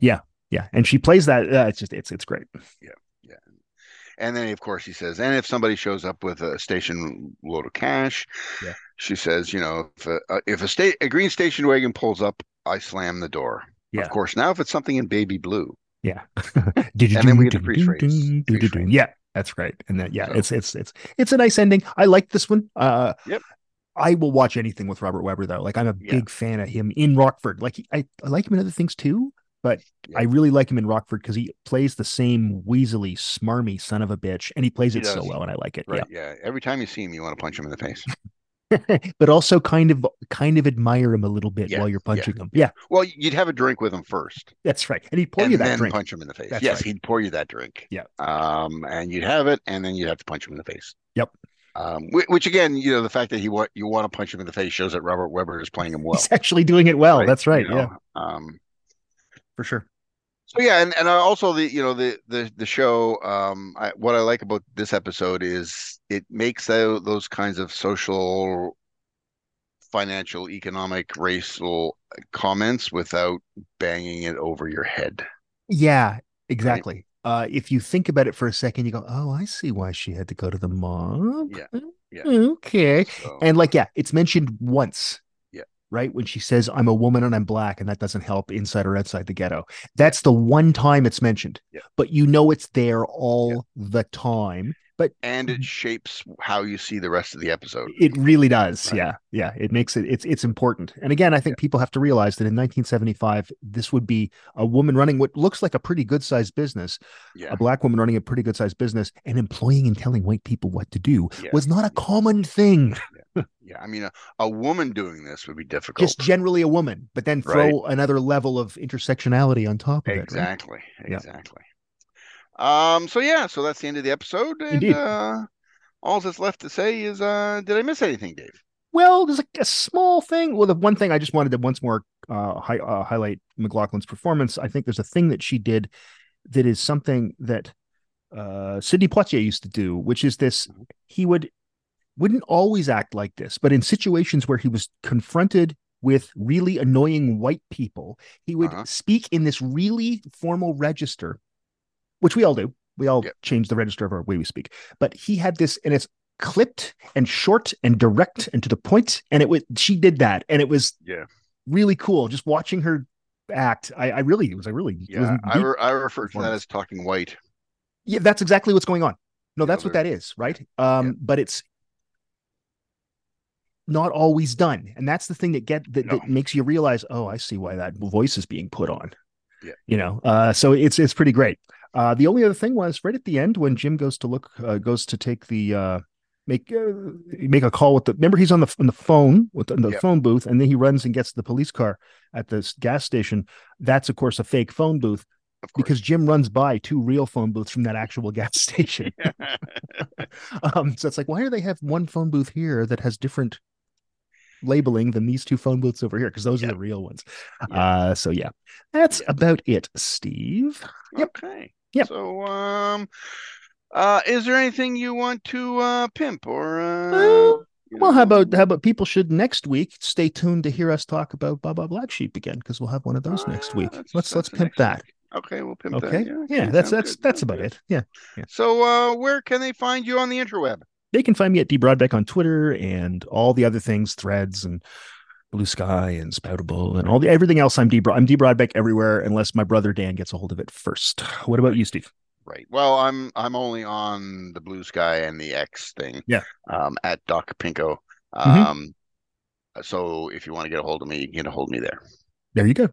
Speaker 4: yeah, yeah, and she plays that. Uh, it's just it's it's great.
Speaker 3: and then of course he says and if somebody shows up with a station load of cash
Speaker 4: Yeah.
Speaker 3: she says you know if a, a- if a state a green station wagon pulls up i slam the door
Speaker 4: Yeah.
Speaker 3: of course now if it's something in baby blue
Speaker 4: Yeah. Did
Speaker 3: And then we get the freeze frames. Freeze frames.
Speaker 4: Yeah, that's right. And then yeah,
Speaker 3: So-
Speaker 4: it's it's it's it's a nice ending. I like this one. Uh
Speaker 3: Yep.
Speaker 4: I will watch anything with Robert Weber though. Like I'm a
Speaker 3: Yeah.
Speaker 4: big fan of him in Rockford. Like he, I, I like him in other things too, but
Speaker 3: Yeah.
Speaker 4: I really like him in Rockford because he plays the same weaselly, smarmy son of a bitch, and he plays
Speaker 3: He
Speaker 4: it so
Speaker 3: does.
Speaker 4: well, and I like it.
Speaker 3: right yeah. every time you see him you want to punch him in the face
Speaker 4: Yeah, but also kind of kind of admire him a little bit
Speaker 3: Yeah,
Speaker 4: while you're
Speaker 3: yeah,
Speaker 4: punching him. Yeah,
Speaker 3: well you'd have a drink with him first
Speaker 4: that's right. And he pour
Speaker 3: and
Speaker 4: you that
Speaker 3: then
Speaker 4: drink.
Speaker 3: punch him in the face.
Speaker 4: That's
Speaker 3: yes,
Speaker 4: right.
Speaker 3: he'd pour you that drink.
Speaker 4: Yeah.
Speaker 3: Um, and you'd have it, and then you'd have to punch him in the face.
Speaker 4: Yep.
Speaker 3: Um, whi- which again, you know, the fact that he want you want to punch him in the face shows that Robert Weber is playing him well.
Speaker 4: He's actually doing it well.
Speaker 3: right?
Speaker 4: That's right.
Speaker 3: You know,
Speaker 4: Yeah,
Speaker 3: Um,
Speaker 4: for sure.
Speaker 3: So yeah, and and I also the you know the the the show. Um, I, what I like about this episode is it makes tho- those kinds of social, financial, economic, racial comments without banging it over your head.
Speaker 4: Yeah, exactly. Uh, if you think about it for a second, you go, "Oh, I see why she had to go to the mosque."
Speaker 3: Yeah, yeah.
Speaker 4: Okay.
Speaker 3: So,
Speaker 4: And like, yeah, it's mentioned once.
Speaker 3: Yeah.
Speaker 4: Right when she says, "I'm a woman and I'm black," and that doesn't help inside or outside the ghetto. That's the one time it's mentioned.
Speaker 3: Yeah.
Speaker 4: But you know it's there all the time.
Speaker 3: and it shapes how you see the rest of the episode.
Speaker 4: Mm-hmm. It really does.
Speaker 3: Right.
Speaker 4: Yeah. Yeah. It makes it it's it's important. And again, I think people have to realize that in 1975, this would be a woman running what looks like a pretty good sized business,
Speaker 3: Yeah,
Speaker 4: a black woman running a pretty good sized business and employing and telling white people what to do
Speaker 3: Yeah.
Speaker 4: was not a common thing.
Speaker 3: yeah. I mean, a, a woman doing this would be difficult.
Speaker 4: Just generally a woman, but then throw another level of intersectionality on top of it. right?
Speaker 3: Exactly.
Speaker 4: Yeah.
Speaker 3: Exactly. Um, so yeah, so that's the end of the episode. And
Speaker 4: Indeed.
Speaker 3: uh all that's left to say is uh did I miss anything, Dave?
Speaker 4: Well, there's like a small thing. Well, the one thing I just wanted to once more uh, hi- uh, highlight McLaughlin's performance. I think there's a thing that she did that is something that uh, Sidney Poitier used to do, which is this:
Speaker 3: Mm-hmm.
Speaker 4: he would wouldn't always act like this, but in situations where he was confronted with really annoying white people, he would
Speaker 3: Uh-huh.
Speaker 4: speak in this really formal register, which we all do. We all
Speaker 3: Yep.
Speaker 4: change the register of our way we speak. But he had this, and it's clipped and short and direct and to the point, And it was she did that, and it was
Speaker 3: Yeah.
Speaker 4: really cool. Just watching her act, I, I really it was I really it was
Speaker 3: Yeah, I
Speaker 4: deep.
Speaker 3: re- I refer to that
Speaker 4: performance.
Speaker 3: as talking white.
Speaker 4: yeah that's exactly what's going on. No,
Speaker 3: Yeah,
Speaker 4: that's what
Speaker 3: there-
Speaker 4: that is, right? Um, but it's not always done, and that's the thing that get that,
Speaker 3: No.
Speaker 4: that makes you realize, oh, I see why that voice is being put on.
Speaker 3: Yeah.
Speaker 4: you know, uh, so it's it's pretty great. Uh, the only other thing was right at the end when Jim goes to look, uh, goes to take the uh, make uh, make a call with the. Remember, he's on the on the phone with the, in the
Speaker 3: Yep.
Speaker 4: phone booth, and then he runs and gets the police car at this gas station. That's of course a fake phone booth
Speaker 3: Of course.
Speaker 4: because Jim runs by two real phone booths from that actual gas station. um, so it's like, why do they have one phone booth here that has different labeling than these two phone booths over here? Because those
Speaker 3: Yeah.
Speaker 4: are the real ones.
Speaker 3: Yeah.
Speaker 4: Uh, so yeah, that's
Speaker 3: Yeah.
Speaker 4: about it, Steve. Yep.
Speaker 3: Okay.
Speaker 4: Yep.
Speaker 3: So um uh is there anything you want to uh pimp or uh
Speaker 4: Well,
Speaker 3: you
Speaker 4: Well, how
Speaker 3: know,
Speaker 4: about how about people should next week stay tuned to hear us talk about Baba Black Sheep again because we'll have one of those
Speaker 3: Ah,
Speaker 4: next week.
Speaker 3: that's-
Speaker 4: Let's
Speaker 3: that's
Speaker 4: let's
Speaker 3: the
Speaker 4: pimp
Speaker 3: next
Speaker 4: that.
Speaker 3: week. Okay, we'll pimp
Speaker 4: Okay.
Speaker 3: that.
Speaker 4: Yeah,
Speaker 3: okay,
Speaker 4: that's
Speaker 3: sounds
Speaker 4: that's
Speaker 3: good,
Speaker 4: that's
Speaker 3: sounds
Speaker 4: about
Speaker 3: good.
Speaker 4: it. Yeah.
Speaker 3: So uh where can they find you on the interweb?
Speaker 4: They can find me at D Broadbeck on Twitter and all the other things, threads and Blue Sky and Spoutable and all the everything else. I'm D Bro- I'm D Broadbeck everywhere unless my brother Dan gets a hold of it first. What about you, Steve?
Speaker 3: Right. Well, I'm I'm only on the blue sky and the X thing.
Speaker 4: Yeah.
Speaker 3: Um, at Doc Pinko.
Speaker 4: Mhm.
Speaker 3: Um, so if you want to get a hold of me, you can get a hold of me there.
Speaker 4: There you go.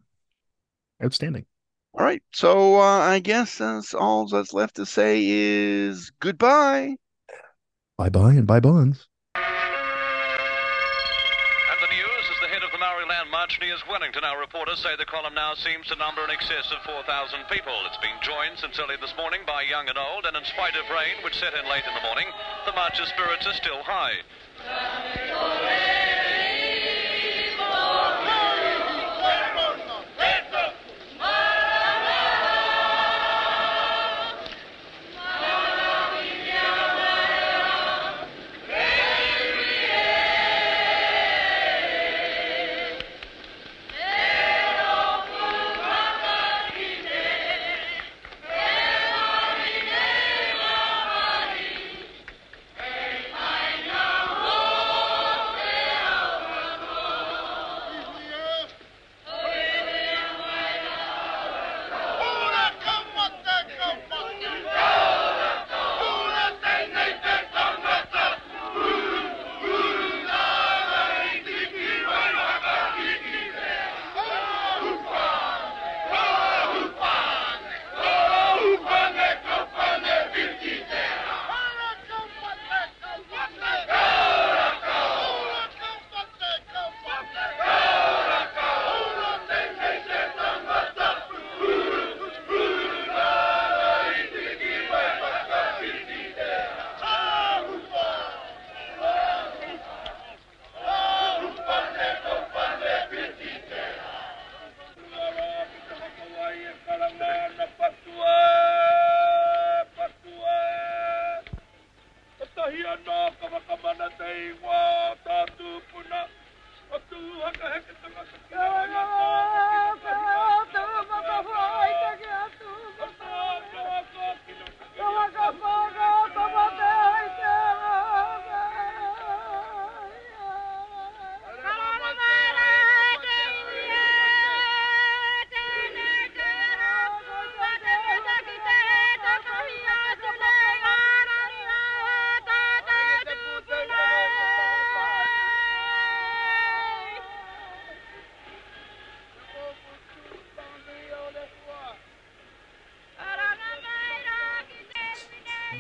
Speaker 4: Outstanding.
Speaker 3: All right. So uh, I guess that's all that's left to say is goodbye.
Speaker 4: Bye bye and bye bonds.
Speaker 7: And the news is the head of the Maori-land march nears Wellington. Our reporters say the column now seems to number in excess of 4,000 people. It's been joined since early this morning by young and old, and in spite of rain, which set in late in the morning, the march's spirits are still high.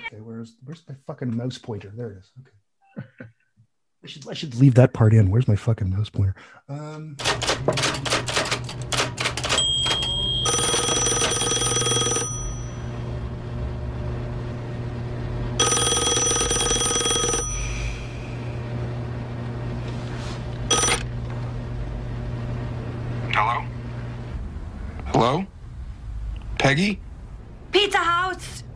Speaker 4: Okay, where's where's my fucking mouse pointer? There it is. Okay. I should I should leave that part in. Where's my fucking mouse pointer? Um
Speaker 8: Hello? Hello? Peggy?
Speaker 9: Pizza House!